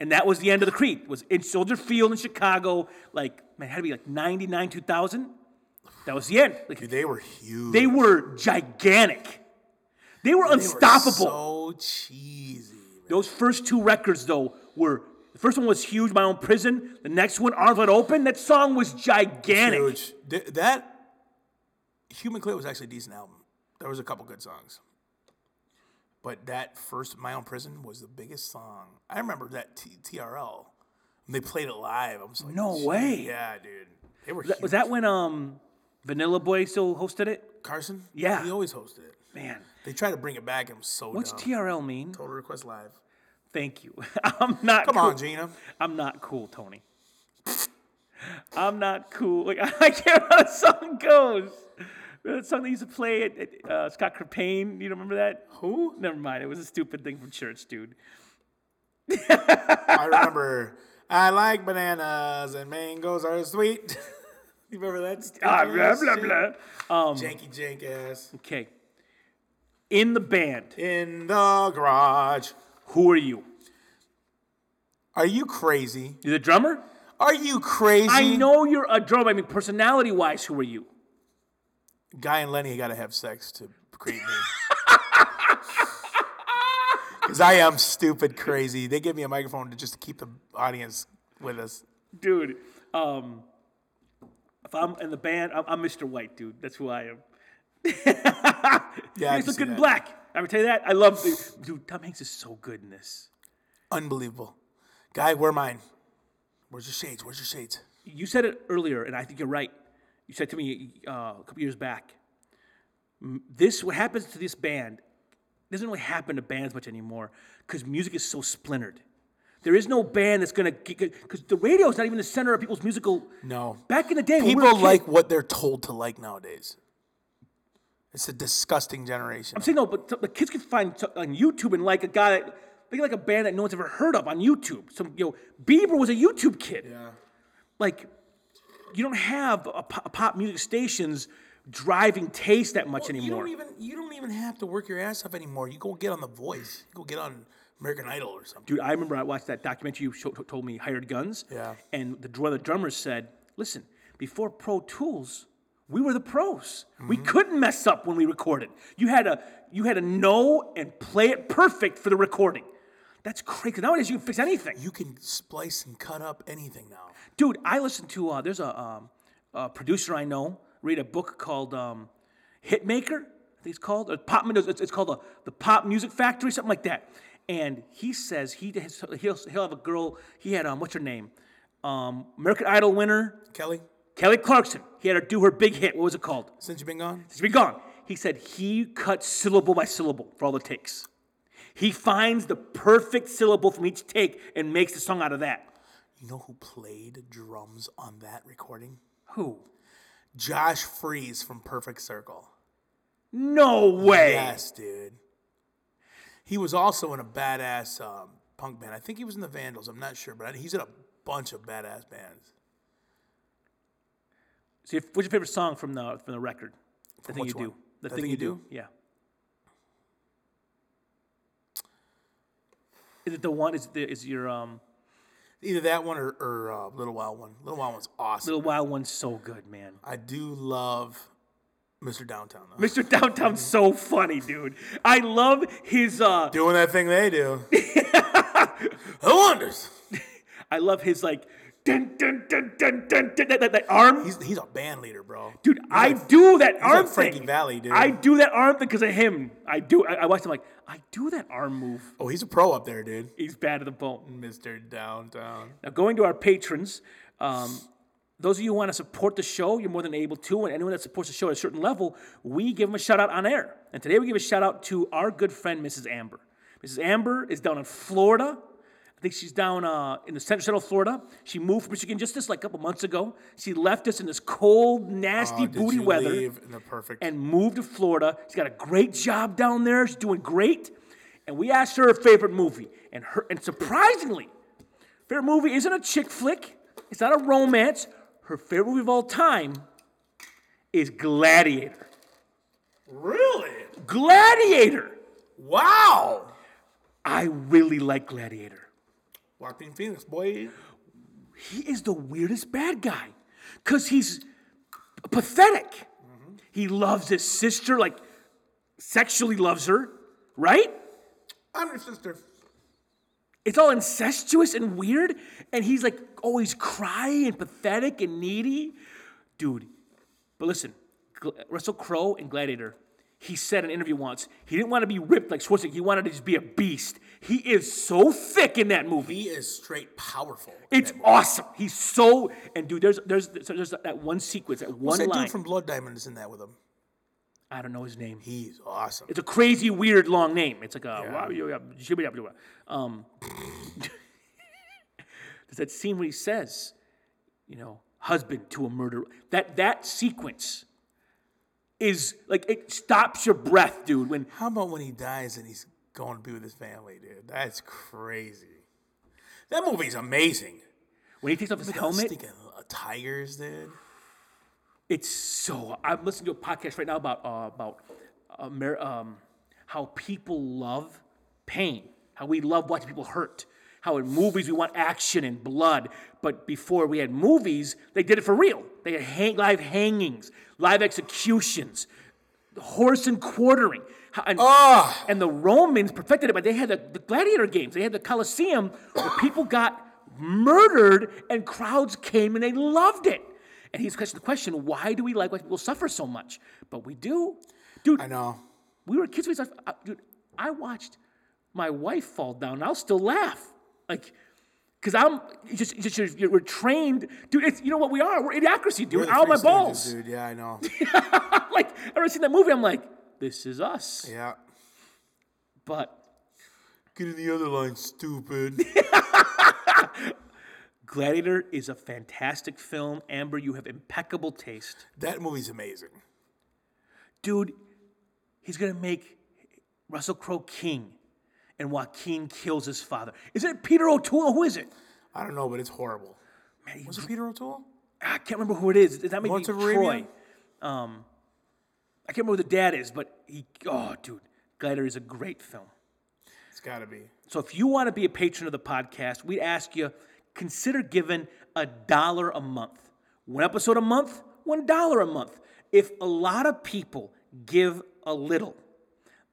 [SPEAKER 1] And that was the end of the Creed. Was in Soldier Field in Chicago, like man, it had to be like 99, 2000. That was the end. Like,
[SPEAKER 2] Dude, they were huge.
[SPEAKER 1] they were gigantic. They were unstoppable.
[SPEAKER 2] So cheesy. man.
[SPEAKER 1] Those first two records, though, were the first one was huge, My Own Prison. The next one, Arms Wide Open. That song was gigantic.
[SPEAKER 2] Huge. Th- that Human Clay was actually a decent album. There was a couple good songs, but that first My Own Prison was the biggest song. I remember that T- TRL. When they played it live. I was like,
[SPEAKER 1] No
[SPEAKER 2] "Gee,
[SPEAKER 1] way."
[SPEAKER 2] Yeah, dude. They were.
[SPEAKER 1] That- was that when um, Vanilla Boy still hosted it?
[SPEAKER 2] Carson?
[SPEAKER 1] Yeah.
[SPEAKER 2] He always hosted it.
[SPEAKER 1] Man,
[SPEAKER 2] They tried to bring it back. and It was so
[SPEAKER 1] what's
[SPEAKER 2] dumb.
[SPEAKER 1] TRL mean?
[SPEAKER 2] Total Request Live.
[SPEAKER 1] Thank you. I'm not.
[SPEAKER 2] Come
[SPEAKER 1] cool.
[SPEAKER 2] on, Gina.
[SPEAKER 1] I'm not cool, Tony. I'm not cool. Like I can't remember how the song goes. Remember That song they used to play at, at uh, Scott Crepane. You don't remember that?
[SPEAKER 2] Who?
[SPEAKER 1] Never mind. It was a stupid thing from church, dude.
[SPEAKER 2] I remember. I like bananas and mangoes are sweet. you remember that?
[SPEAKER 1] Ah,
[SPEAKER 2] stupid
[SPEAKER 1] blah
[SPEAKER 2] ass
[SPEAKER 1] blah
[SPEAKER 2] shit?
[SPEAKER 1] blah. Um,
[SPEAKER 2] Janky jank ass.
[SPEAKER 1] okay. In the band,
[SPEAKER 2] In the garage.
[SPEAKER 1] who are you?
[SPEAKER 2] Are you crazy?
[SPEAKER 1] You're the drummer.
[SPEAKER 2] Are you crazy?
[SPEAKER 1] I know you're a drummer. I mean, personality-wise, who are you?
[SPEAKER 2] Guy and Lenny gotta have sex to create me. Because I am stupid crazy. They give me a microphone to just to keep the audience with us.
[SPEAKER 1] dude. Um, if I'm in the band, I'm, I'm Mr. White, dude. That's who I am.
[SPEAKER 2] Yeah, I
[SPEAKER 1] yeah,
[SPEAKER 2] can
[SPEAKER 1] he's
[SPEAKER 2] see
[SPEAKER 1] looking
[SPEAKER 2] that.
[SPEAKER 1] black. I would tell you that. I love, dude. Tom Hanks is so good in this.
[SPEAKER 2] Unbelievable. Guy, wear mine. Where's your shades? Where's your shades?
[SPEAKER 1] You said it earlier, and I think you're right. You said to me uh, a couple years back, m- this what happens to this band doesn't really happen to bands much anymore because music is so splintered. There is no band that's gonna because the radio is not even the center of people's musical.
[SPEAKER 2] No.
[SPEAKER 1] Back in the day, when we were
[SPEAKER 2] People
[SPEAKER 1] kids-
[SPEAKER 2] like what they're told to like nowadays. It's a disgusting generation.
[SPEAKER 1] I'm saying no, but t- the kids can find t- on YouTube and like a guy that they like a band that no one's ever heard of on YouTube. Some you know, Bieber was a YouTube kid.
[SPEAKER 2] yeah.
[SPEAKER 1] Like, you don't have a, po- pop music stations driving taste that much
[SPEAKER 2] Well,
[SPEAKER 1] anymore.
[SPEAKER 2] You don't even you don't even have to work your ass up anymore. You go get on The Voice. You go get on American Idol or something.
[SPEAKER 1] Dude, I remember I watched that documentary you sho- told me, Hired Guns.
[SPEAKER 2] Yeah.
[SPEAKER 1] And the, one of the drummers said, listen, before Pro Tools, we were the pros. We couldn't mess up when we recorded. You had a you had to know and play it perfect for the recording. That's crazy. Nowadays, you can fix anything.
[SPEAKER 2] You can splice and cut up anything now.
[SPEAKER 1] dude i listen to uh, there's a, um, a producer i know read a book called um, hitmaker i think it's called or pop it's, it's called the, the pop music factory something like that and he says he has, he'll, he'll have a girl he had um, what's her name um, american idol winner
[SPEAKER 2] Kelly,
[SPEAKER 1] kelly clarkson he had her do her big hit what was it called
[SPEAKER 2] since you've been gone,
[SPEAKER 1] it's been gone he said he cuts syllable by syllable for all the takes he finds the perfect syllable from each take and makes the song out of that
[SPEAKER 2] You know who played drums on that recording?
[SPEAKER 1] Who?
[SPEAKER 2] Josh Freeze from Perfect Circle.
[SPEAKER 1] No way.
[SPEAKER 2] Yes, dude. He was also in a badass um, punk band. I think he was in the Vandals. I'm not sure, but I- he's in a bunch of badass bands.
[SPEAKER 1] So, if- what's your favorite song from the from the record? the thing
[SPEAKER 2] which
[SPEAKER 1] you do.
[SPEAKER 2] one?
[SPEAKER 1] The, thing, you do. Yeah. Is it the one? Is it the, is your um
[SPEAKER 2] Either that one or, or uh, Little Wild One. Little Wild One's awesome.
[SPEAKER 1] little wild one so good, man?
[SPEAKER 2] I do love Mr. Downtown though.
[SPEAKER 1] Mr. Downtown's so funny, dude. I love his uh
[SPEAKER 2] Doing that thing they do. Who wonders?
[SPEAKER 1] I love his like dun, dun, dun, dun, dun, dun, that, that, that arm.
[SPEAKER 2] He's he's a band leader, bro.
[SPEAKER 1] dude, I do that arm
[SPEAKER 2] like Frankie
[SPEAKER 1] thing.
[SPEAKER 2] Valli, dude.
[SPEAKER 1] I do that arm thing because of him. I do. I, I watched him like I do that arm move.
[SPEAKER 2] Oh, he's a pro up there, dude.
[SPEAKER 1] He's bad at the bone.
[SPEAKER 2] Mr. Downtown.
[SPEAKER 1] Now, going to our patrons, um, those of you who want to support the show, you're more than able to. And anyone that supports the show at a certain level, we give them a shout out on air. And today we give a shout out to our good friend, Mrs. Amber. Mrs. Amber is down in Florida. I think she's down uh, in the central, central Florida. She moved from Michigan just this like couple months ago. She left us in this cold, nasty,
[SPEAKER 2] Oh, did
[SPEAKER 1] booty
[SPEAKER 2] you
[SPEAKER 1] weather
[SPEAKER 2] leave in the perfect
[SPEAKER 1] and moved to Florida. She's got a great job down there. She's doing great. And we asked her her favorite movie, and her and surprisingly, favorite movie isn't a chick flick. It's not a romance. Her favorite movie of all time is Gladiator.
[SPEAKER 2] Really?
[SPEAKER 1] Gladiator.
[SPEAKER 2] Wow.
[SPEAKER 1] I really like Gladiator.
[SPEAKER 2] Joaquin Phoenix, boy.
[SPEAKER 1] He is the weirdest bad guy, cause he's pathetic. He loves his sister, like sexually loves her, right?
[SPEAKER 2] I'm your sister.
[SPEAKER 1] it's all incestuous and weird and he's like always crying and pathetic and needy dude but listen Gl- russell crowe and gladiator he said in an interview once he didn't want to be ripped like schwarzenegger he wanted to just be a beast he is so thick in that movie
[SPEAKER 2] He is straight powerful. in
[SPEAKER 1] it's
[SPEAKER 2] that movie.
[SPEAKER 1] awesome he's so and dude there's there's so there's that one sequence that one
[SPEAKER 2] What's that
[SPEAKER 1] line
[SPEAKER 2] dude from Blood Diamond is in that with him?
[SPEAKER 1] i don't know his name
[SPEAKER 2] He's awesome.
[SPEAKER 1] It's a crazy, weird, long name. It's like a um. There's that scene where he says, you know, husband to a murderer. That that sequence is like it stops your breath, dude. When
[SPEAKER 2] How about when he dies and he's going to be with his family, dude? That's crazy. That movie's amazing.
[SPEAKER 1] when he takes off his helmet,
[SPEAKER 2] Stinking uh, tigers, dude.
[SPEAKER 1] It's so. I'm listening to a podcast right now about uh, about Amer- um, how people love pain, how we love watching people hurt, how in movies we want action and blood, but before we had movies, they did it for real. They had hang- live hangings, live executions, horse and quartering. How- And, and the Romans perfected it, but they had the, the gladiator games. They had the Colosseum where people got murdered and crowds came and they loved it. And he's questioning the question, why do we like why people suffer so much? But we do. Dude,
[SPEAKER 2] I know.
[SPEAKER 1] we were kids. We saw, I, dude, I watched my wife fall down. And I'll still laugh, like, cause I'm it's just, it's just you're, you're, we're trained, dude. It's you know what we are. We're idiocracy, dude.
[SPEAKER 2] We're the
[SPEAKER 1] Out my
[SPEAKER 2] Three Stooges,
[SPEAKER 1] balls.
[SPEAKER 2] dude. Yeah, I know.
[SPEAKER 1] like, I've never seen that movie. I'm like, this is us.
[SPEAKER 2] yeah.
[SPEAKER 1] But
[SPEAKER 2] Get in the other line, stupid.
[SPEAKER 1] Gladiator is a fantastic film. Amber, you have impeccable taste.
[SPEAKER 2] that movie's amazing.
[SPEAKER 1] Dude, he's gonna make Russell Crowe king and Joaquin kills his father. Is it Peter O'Toole? Who is it?
[SPEAKER 2] I don't know, but it's horrible.
[SPEAKER 1] Man, he-
[SPEAKER 2] Was it Peter O'Toole?
[SPEAKER 1] I can't remember who it is. Does that make
[SPEAKER 2] Lawrence
[SPEAKER 1] me
[SPEAKER 2] of Arabia?
[SPEAKER 1] Troy? Um, I can't remember who the dad is, but he. Oh, dude, Gladiator is a great film.
[SPEAKER 2] It's got to be.
[SPEAKER 1] So if you want to be a patron of the podcast, we ask you consider giving a dollar a month. One episode a month, one dollar a month. If a lot of people give a little,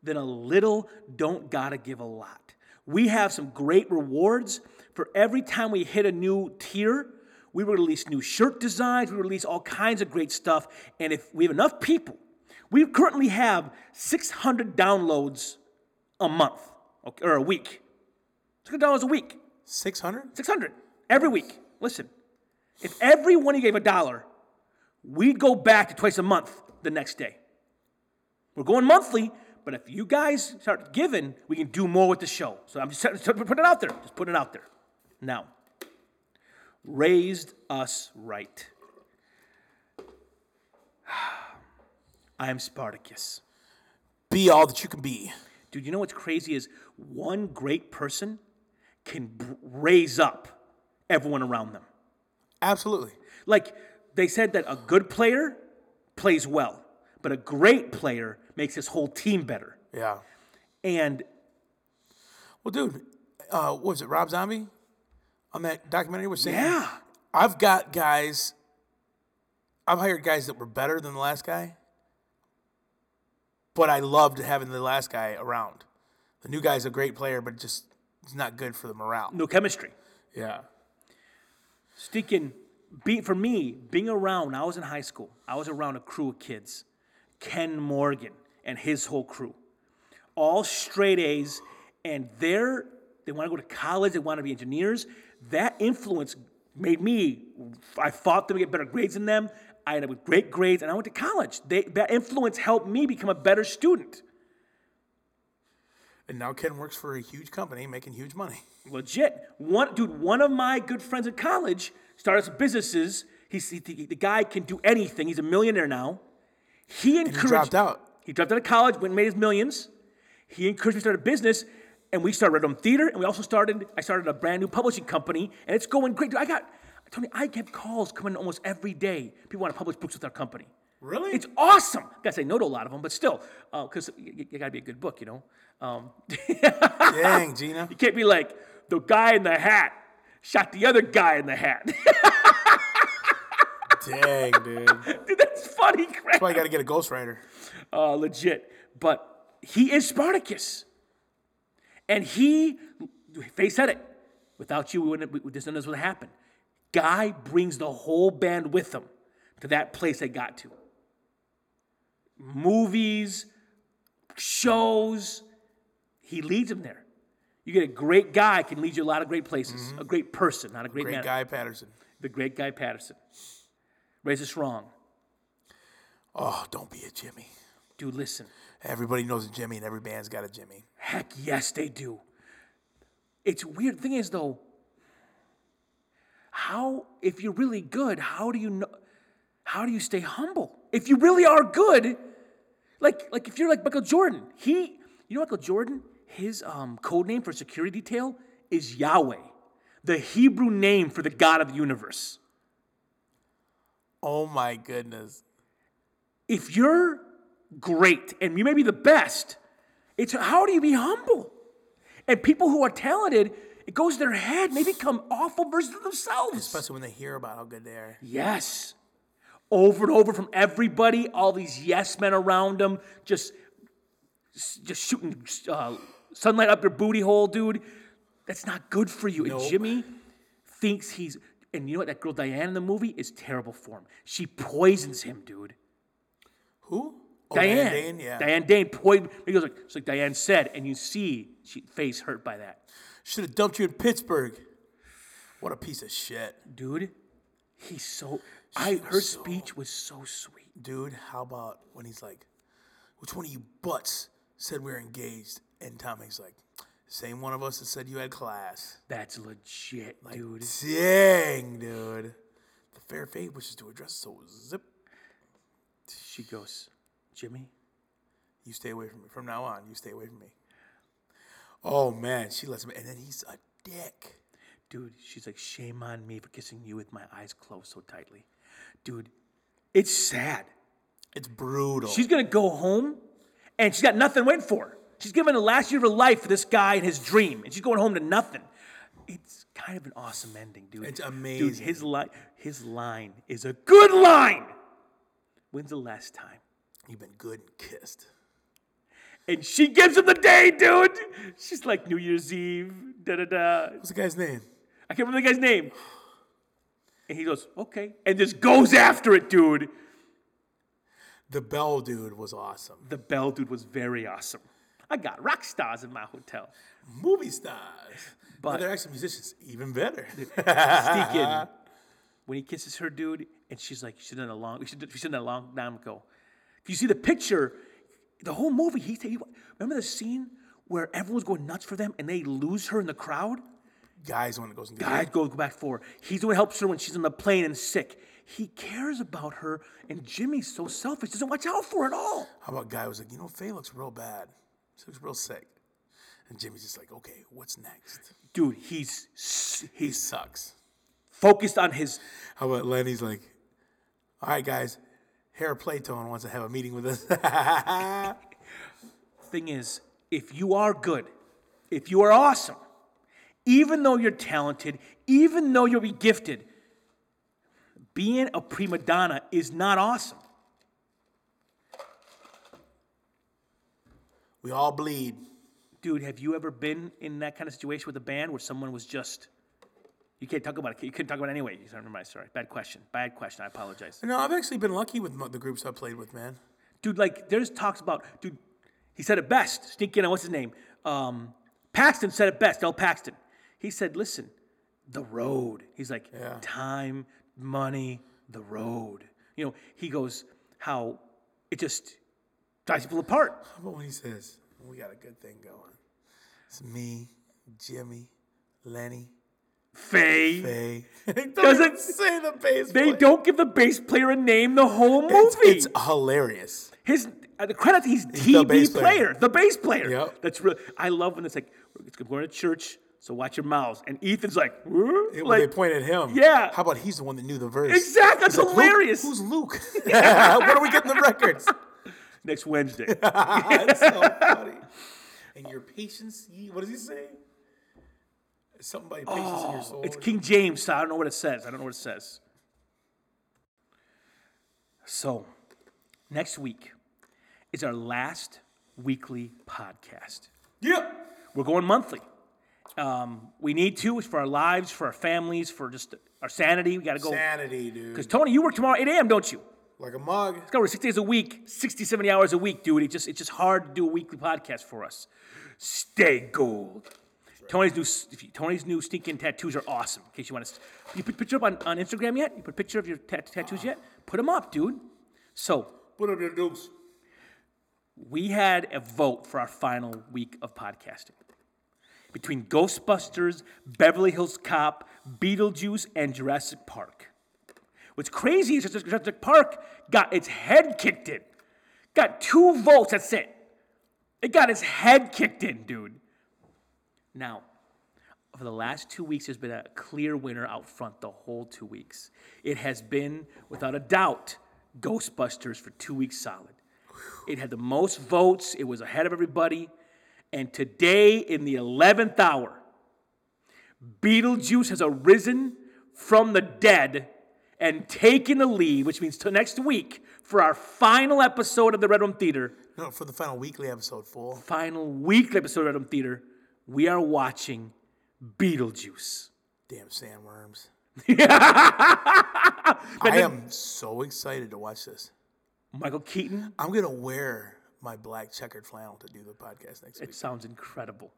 [SPEAKER 1] then a little don't gotta give a lot. We have some great rewards for every time we hit a new tier. We release new shirt designs, we release all kinds of great stuff. And if we have enough people, we currently have 600 downloads a month okay, or a week. $600 a week.
[SPEAKER 2] 600?
[SPEAKER 1] 600 every week. Listen, if every one of you gave a dollar, we'd go back to twice a month the next day. We're going monthly, but if you guys start giving, we can do more with the show. So I'm just putting it out there. Just putting it out there. Now, raised us right. I am Spartacus.
[SPEAKER 2] Be all that you can be.
[SPEAKER 1] Dude, you know what's crazy is one great person can b- raise up everyone around them.
[SPEAKER 2] Absolutely.
[SPEAKER 1] Like they said that a good player plays well, but a great player makes his whole team better.
[SPEAKER 2] Yeah.
[SPEAKER 1] And
[SPEAKER 2] Well, dude, uh, what was it Rob Zombie on that documentary was saying?
[SPEAKER 1] yeah,
[SPEAKER 2] I've got guys. I've hired guys that were better than the last guy, but I loved having the last guy around. The new guy's a great player, but just it's not good for the morale.
[SPEAKER 1] no chemistry.
[SPEAKER 2] Yeah.
[SPEAKER 1] Stinking, be, for me, being around, I was in high school, I was around a crew of kids Ken Morgan and his whole crew, all straight A's, and they're, they want to go to college, they want to be engineers. That influence made me, I fought them to get better grades than them. I ended up with great grades, and I went to college. They, that influence helped me become a better student.
[SPEAKER 2] And now Ken works for a huge company making huge money.
[SPEAKER 1] Legit. One dude, one of my good friends at college started some businesses. He's he, the, the guy can do anything. He's a millionaire now. He encouraged.
[SPEAKER 2] He dropped out.
[SPEAKER 1] He dropped out of college, went and made his millions. He encouraged me to start a business, and we started Red Room Theater, and we also started. I started a brand new publishing company, and it's going great. Dude, I got Tony. I get calls coming almost every day. People want to publish books with our company.
[SPEAKER 2] Really?
[SPEAKER 1] It's awesome. I gotta say no to a lot of them, but still, uh, because you, you gotta be a good book, you know. Um,
[SPEAKER 2] Dang, Gina.
[SPEAKER 1] you can't be like the guy in the hat shot the other guy in the hat.
[SPEAKER 2] Dang, dude. That's
[SPEAKER 1] Dude, that's funny crap.
[SPEAKER 2] why you got to get a ghostwriter.
[SPEAKER 1] Uh, legit. But he is Spartacus, and he, Faye said it. Without you, we wouldn't. We, this none of this would happen. Guy brings the whole band with him to that place they got to. Movies, shows, he leads them there. You get a great guy can lead you a lot of great places. A great person, not a great,
[SPEAKER 2] Great
[SPEAKER 1] man.
[SPEAKER 2] guy, Patterson.
[SPEAKER 1] the great Guy Patterson. Raise us wrong.
[SPEAKER 2] Oh, don't be a Jimmy.
[SPEAKER 1] Dude, listen.
[SPEAKER 2] Everybody knows a Jimmy, and every band's got a Jimmy.
[SPEAKER 1] Heck yes, they do. It's weird. Thing is, though, how, if you're really good, how do you know, how do you stay humble? If you really are good, like, like if you're like Michael Jordan, he, you know Michael Jordan, his um, code name for security detail is Yahweh, the Hebrew name for the God of the universe.
[SPEAKER 2] Oh my goodness.
[SPEAKER 1] if you're great and you may be the best, it's how do you be humble? And people who are talented, it goes to their head and they become awful versions of themselves.
[SPEAKER 2] Especially when they hear about how good they are.
[SPEAKER 1] Yes. Over and over from everybody, all these yes men around them, just, just shooting uh, sunlight up your booty hole, dude. That's not good for you. And
[SPEAKER 2] Nope.
[SPEAKER 1] Jimmy thinks he's, and you know what? That girl Diane in the movie is terrible for him. She poisons him, dude.
[SPEAKER 2] Who? Oh,
[SPEAKER 1] Diane.
[SPEAKER 2] Dane, yeah.
[SPEAKER 1] Diane Dane pointed. He goes like, it's like Diane said, and you see she face hurt by that.
[SPEAKER 2] Should have dumped you in Pittsburgh. What a piece of shit.
[SPEAKER 1] Dude, he's so. I her speech was so sweet.
[SPEAKER 2] Dude, how about when he's like, which one of you butts said we are engaged? And Tom Hanks like, same one of us that said you had class.
[SPEAKER 1] That's legit, dude.
[SPEAKER 2] Dang, dude. The fair fade wishes to address so zip.
[SPEAKER 1] She goes, Jimmy.
[SPEAKER 2] You stay away from me. From now on, you stay away from me. Oh man, she lets him and then he's a dick.
[SPEAKER 1] Dude, she's like, shame on me for kissing you with my eyes closed so tightly. Dude, it's sad.
[SPEAKER 2] It's brutal.
[SPEAKER 1] She's gonna go home, and she's got nothing waiting for her. She's given the last year of her life for this guy and his dream, and she's going home to nothing. It's kind of an awesome ending, dude.
[SPEAKER 2] It's
[SPEAKER 1] Dude,
[SPEAKER 2] amazing.
[SPEAKER 1] his line, his line is a good line. When's the last time?
[SPEAKER 2] You've been good and kissed.
[SPEAKER 1] And she gives him the day, dude. She's like New Year's Eve, da da da.
[SPEAKER 2] What's the guy's name?
[SPEAKER 1] I can't remember the guy's name. And he goes, okay, and just goes after it, dude.
[SPEAKER 2] The Bell dude was awesome.
[SPEAKER 1] The bell, dude, was very awesome. I got rock stars in my hotel.
[SPEAKER 2] Movie stars.
[SPEAKER 1] But-
[SPEAKER 2] But they're actually musicians. Even better.
[SPEAKER 1] Deacon, when he kisses her, dude, and she's like, she done a long, she done, she done that a long time ago. If you see the picture, the whole movie, he, he remember the scene where everyone's going nuts for them and they lose her in the crowd.
[SPEAKER 2] Guys, when it goes and gets
[SPEAKER 1] Guys go back for her. He's the one who helps her when she's on the plane and sick. He cares about her, and Jimmy's so selfish, doesn't watch out for her at all.
[SPEAKER 2] How about guy was like, you know, Faye looks real bad. She looks real sick. And Jimmy's just like, okay, what's next?
[SPEAKER 1] Dude, he's s-
[SPEAKER 2] He
[SPEAKER 1] he's
[SPEAKER 2] sucks.
[SPEAKER 1] focused on his.
[SPEAKER 2] How about Lenny's like, all right, guys, Hair Playtone wants to have a meeting with us.
[SPEAKER 1] Thing is, if you are good, if you are awesome, even though you're talented, even though you'll be gifted, being a prima donna is not awesome.
[SPEAKER 2] we all bleed.
[SPEAKER 1] Dude, have you ever been in that kind of situation with a band where someone was just you can't talk about it. You couldn't talk about it anyway. You remember my story. Bad question. Bad question. I apologize.
[SPEAKER 2] No, I've actually been lucky with mo- the groups I played with, man.
[SPEAKER 1] dude. Like there's talks about dude. He said it best. Sneak in on what's his name? Um, Paxton said it best. L. Paxton. He said, "Listen, the road." He's like, "Time, money, the road." You know, he goes, "How it just drives people apart."
[SPEAKER 2] How about when he says, we got a good thing going? It's me, Jimmy, Lenny,
[SPEAKER 1] Faye.
[SPEAKER 2] Faye. Don't
[SPEAKER 1] Doesn't-
[SPEAKER 2] even say the bass
[SPEAKER 1] They
[SPEAKER 2] player.
[SPEAKER 1] don't give the bass player a name the whole movie.
[SPEAKER 2] It's, it's hilarious.
[SPEAKER 1] His at the credits, he's
[SPEAKER 2] the
[SPEAKER 1] DB
[SPEAKER 2] bass
[SPEAKER 1] player.
[SPEAKER 2] player.
[SPEAKER 1] the bass player.
[SPEAKER 2] Yep.
[SPEAKER 1] That's real. I love when it's like it's going to church, so watch your mouths. And Ethan's like, "Huh?"
[SPEAKER 2] It- when
[SPEAKER 1] like
[SPEAKER 2] they point at him.
[SPEAKER 1] yeah.
[SPEAKER 2] How about he's the one that knew the verse?
[SPEAKER 1] exactly. That's
[SPEAKER 2] He's like, "Luke?
[SPEAKER 1] hilarious.
[SPEAKER 2] who's Luke? what are we getting the records? Ah,
[SPEAKER 1] Next Wednesday,
[SPEAKER 2] That's so funny. And your patience, ye, what does he say? Something about your patience in your soul.
[SPEAKER 1] Oh, it's King James. So I don't know what it says. I don't know what it says. So, next week is our last weekly podcast.
[SPEAKER 2] yep.
[SPEAKER 1] We're going monthly. Um, we need to. It's for our lives, for our families, for just our sanity. We got to go.
[SPEAKER 2] Sanity, dude.
[SPEAKER 1] Because Tony, you work tomorrow at 8 a.m., don't you?
[SPEAKER 2] Like a mug.
[SPEAKER 1] It's got over six days a week, 60, 70 hours a week, dude. It's just, it's just hard to do a weekly podcast for us. Stay gold. Tony's new s- if you- Tony's new sneaking tattoos are awesome. In case you want to, you put picture up on, on Instagram yet? You put a picture of your tat- tattoos yet? Put them up, dude. So
[SPEAKER 2] Put up your dukes.
[SPEAKER 1] we had a vote for our final week of podcasting between Ghostbusters, Beverly Hills Cop, Beetlejuice, and Jurassic Park. What's crazy is that Jurassic Park got its head kicked in. Got two votes, that's it. It got its head kicked in, dude. Now, for the last two weeks, there's been a clear winner out front the whole two weeks. It has been, without a doubt, Ghostbusters for two weeks solid. It had the most votes, it was ahead of everybody. And today, in the 11th hour, Beetlejuice has arisen from the dead and taken the lead, which means till next week for our final episode of the Red Room Theater,
[SPEAKER 2] No, for the final weekly episode, fool.
[SPEAKER 1] final weekly episode of Red Room Theater, we are watching Beetlejuice.
[SPEAKER 2] Damn sandworms.
[SPEAKER 1] But
[SPEAKER 2] I
[SPEAKER 1] then
[SPEAKER 2] am so excited to watch this.
[SPEAKER 1] Michael Keaton,
[SPEAKER 2] I'm gonna wear my black checkered flannel to do the podcast next
[SPEAKER 1] it
[SPEAKER 2] week.
[SPEAKER 1] sounds incredible.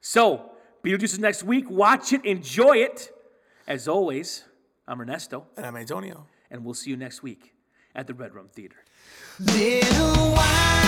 [SPEAKER 1] So, Beetlejuice is next week. Watch it, enjoy it. As always, I'm Ernesto.
[SPEAKER 2] And I'm Antonio.
[SPEAKER 1] and we'll see you next week at the Red Room Theater.
[SPEAKER 3] Little while Oh,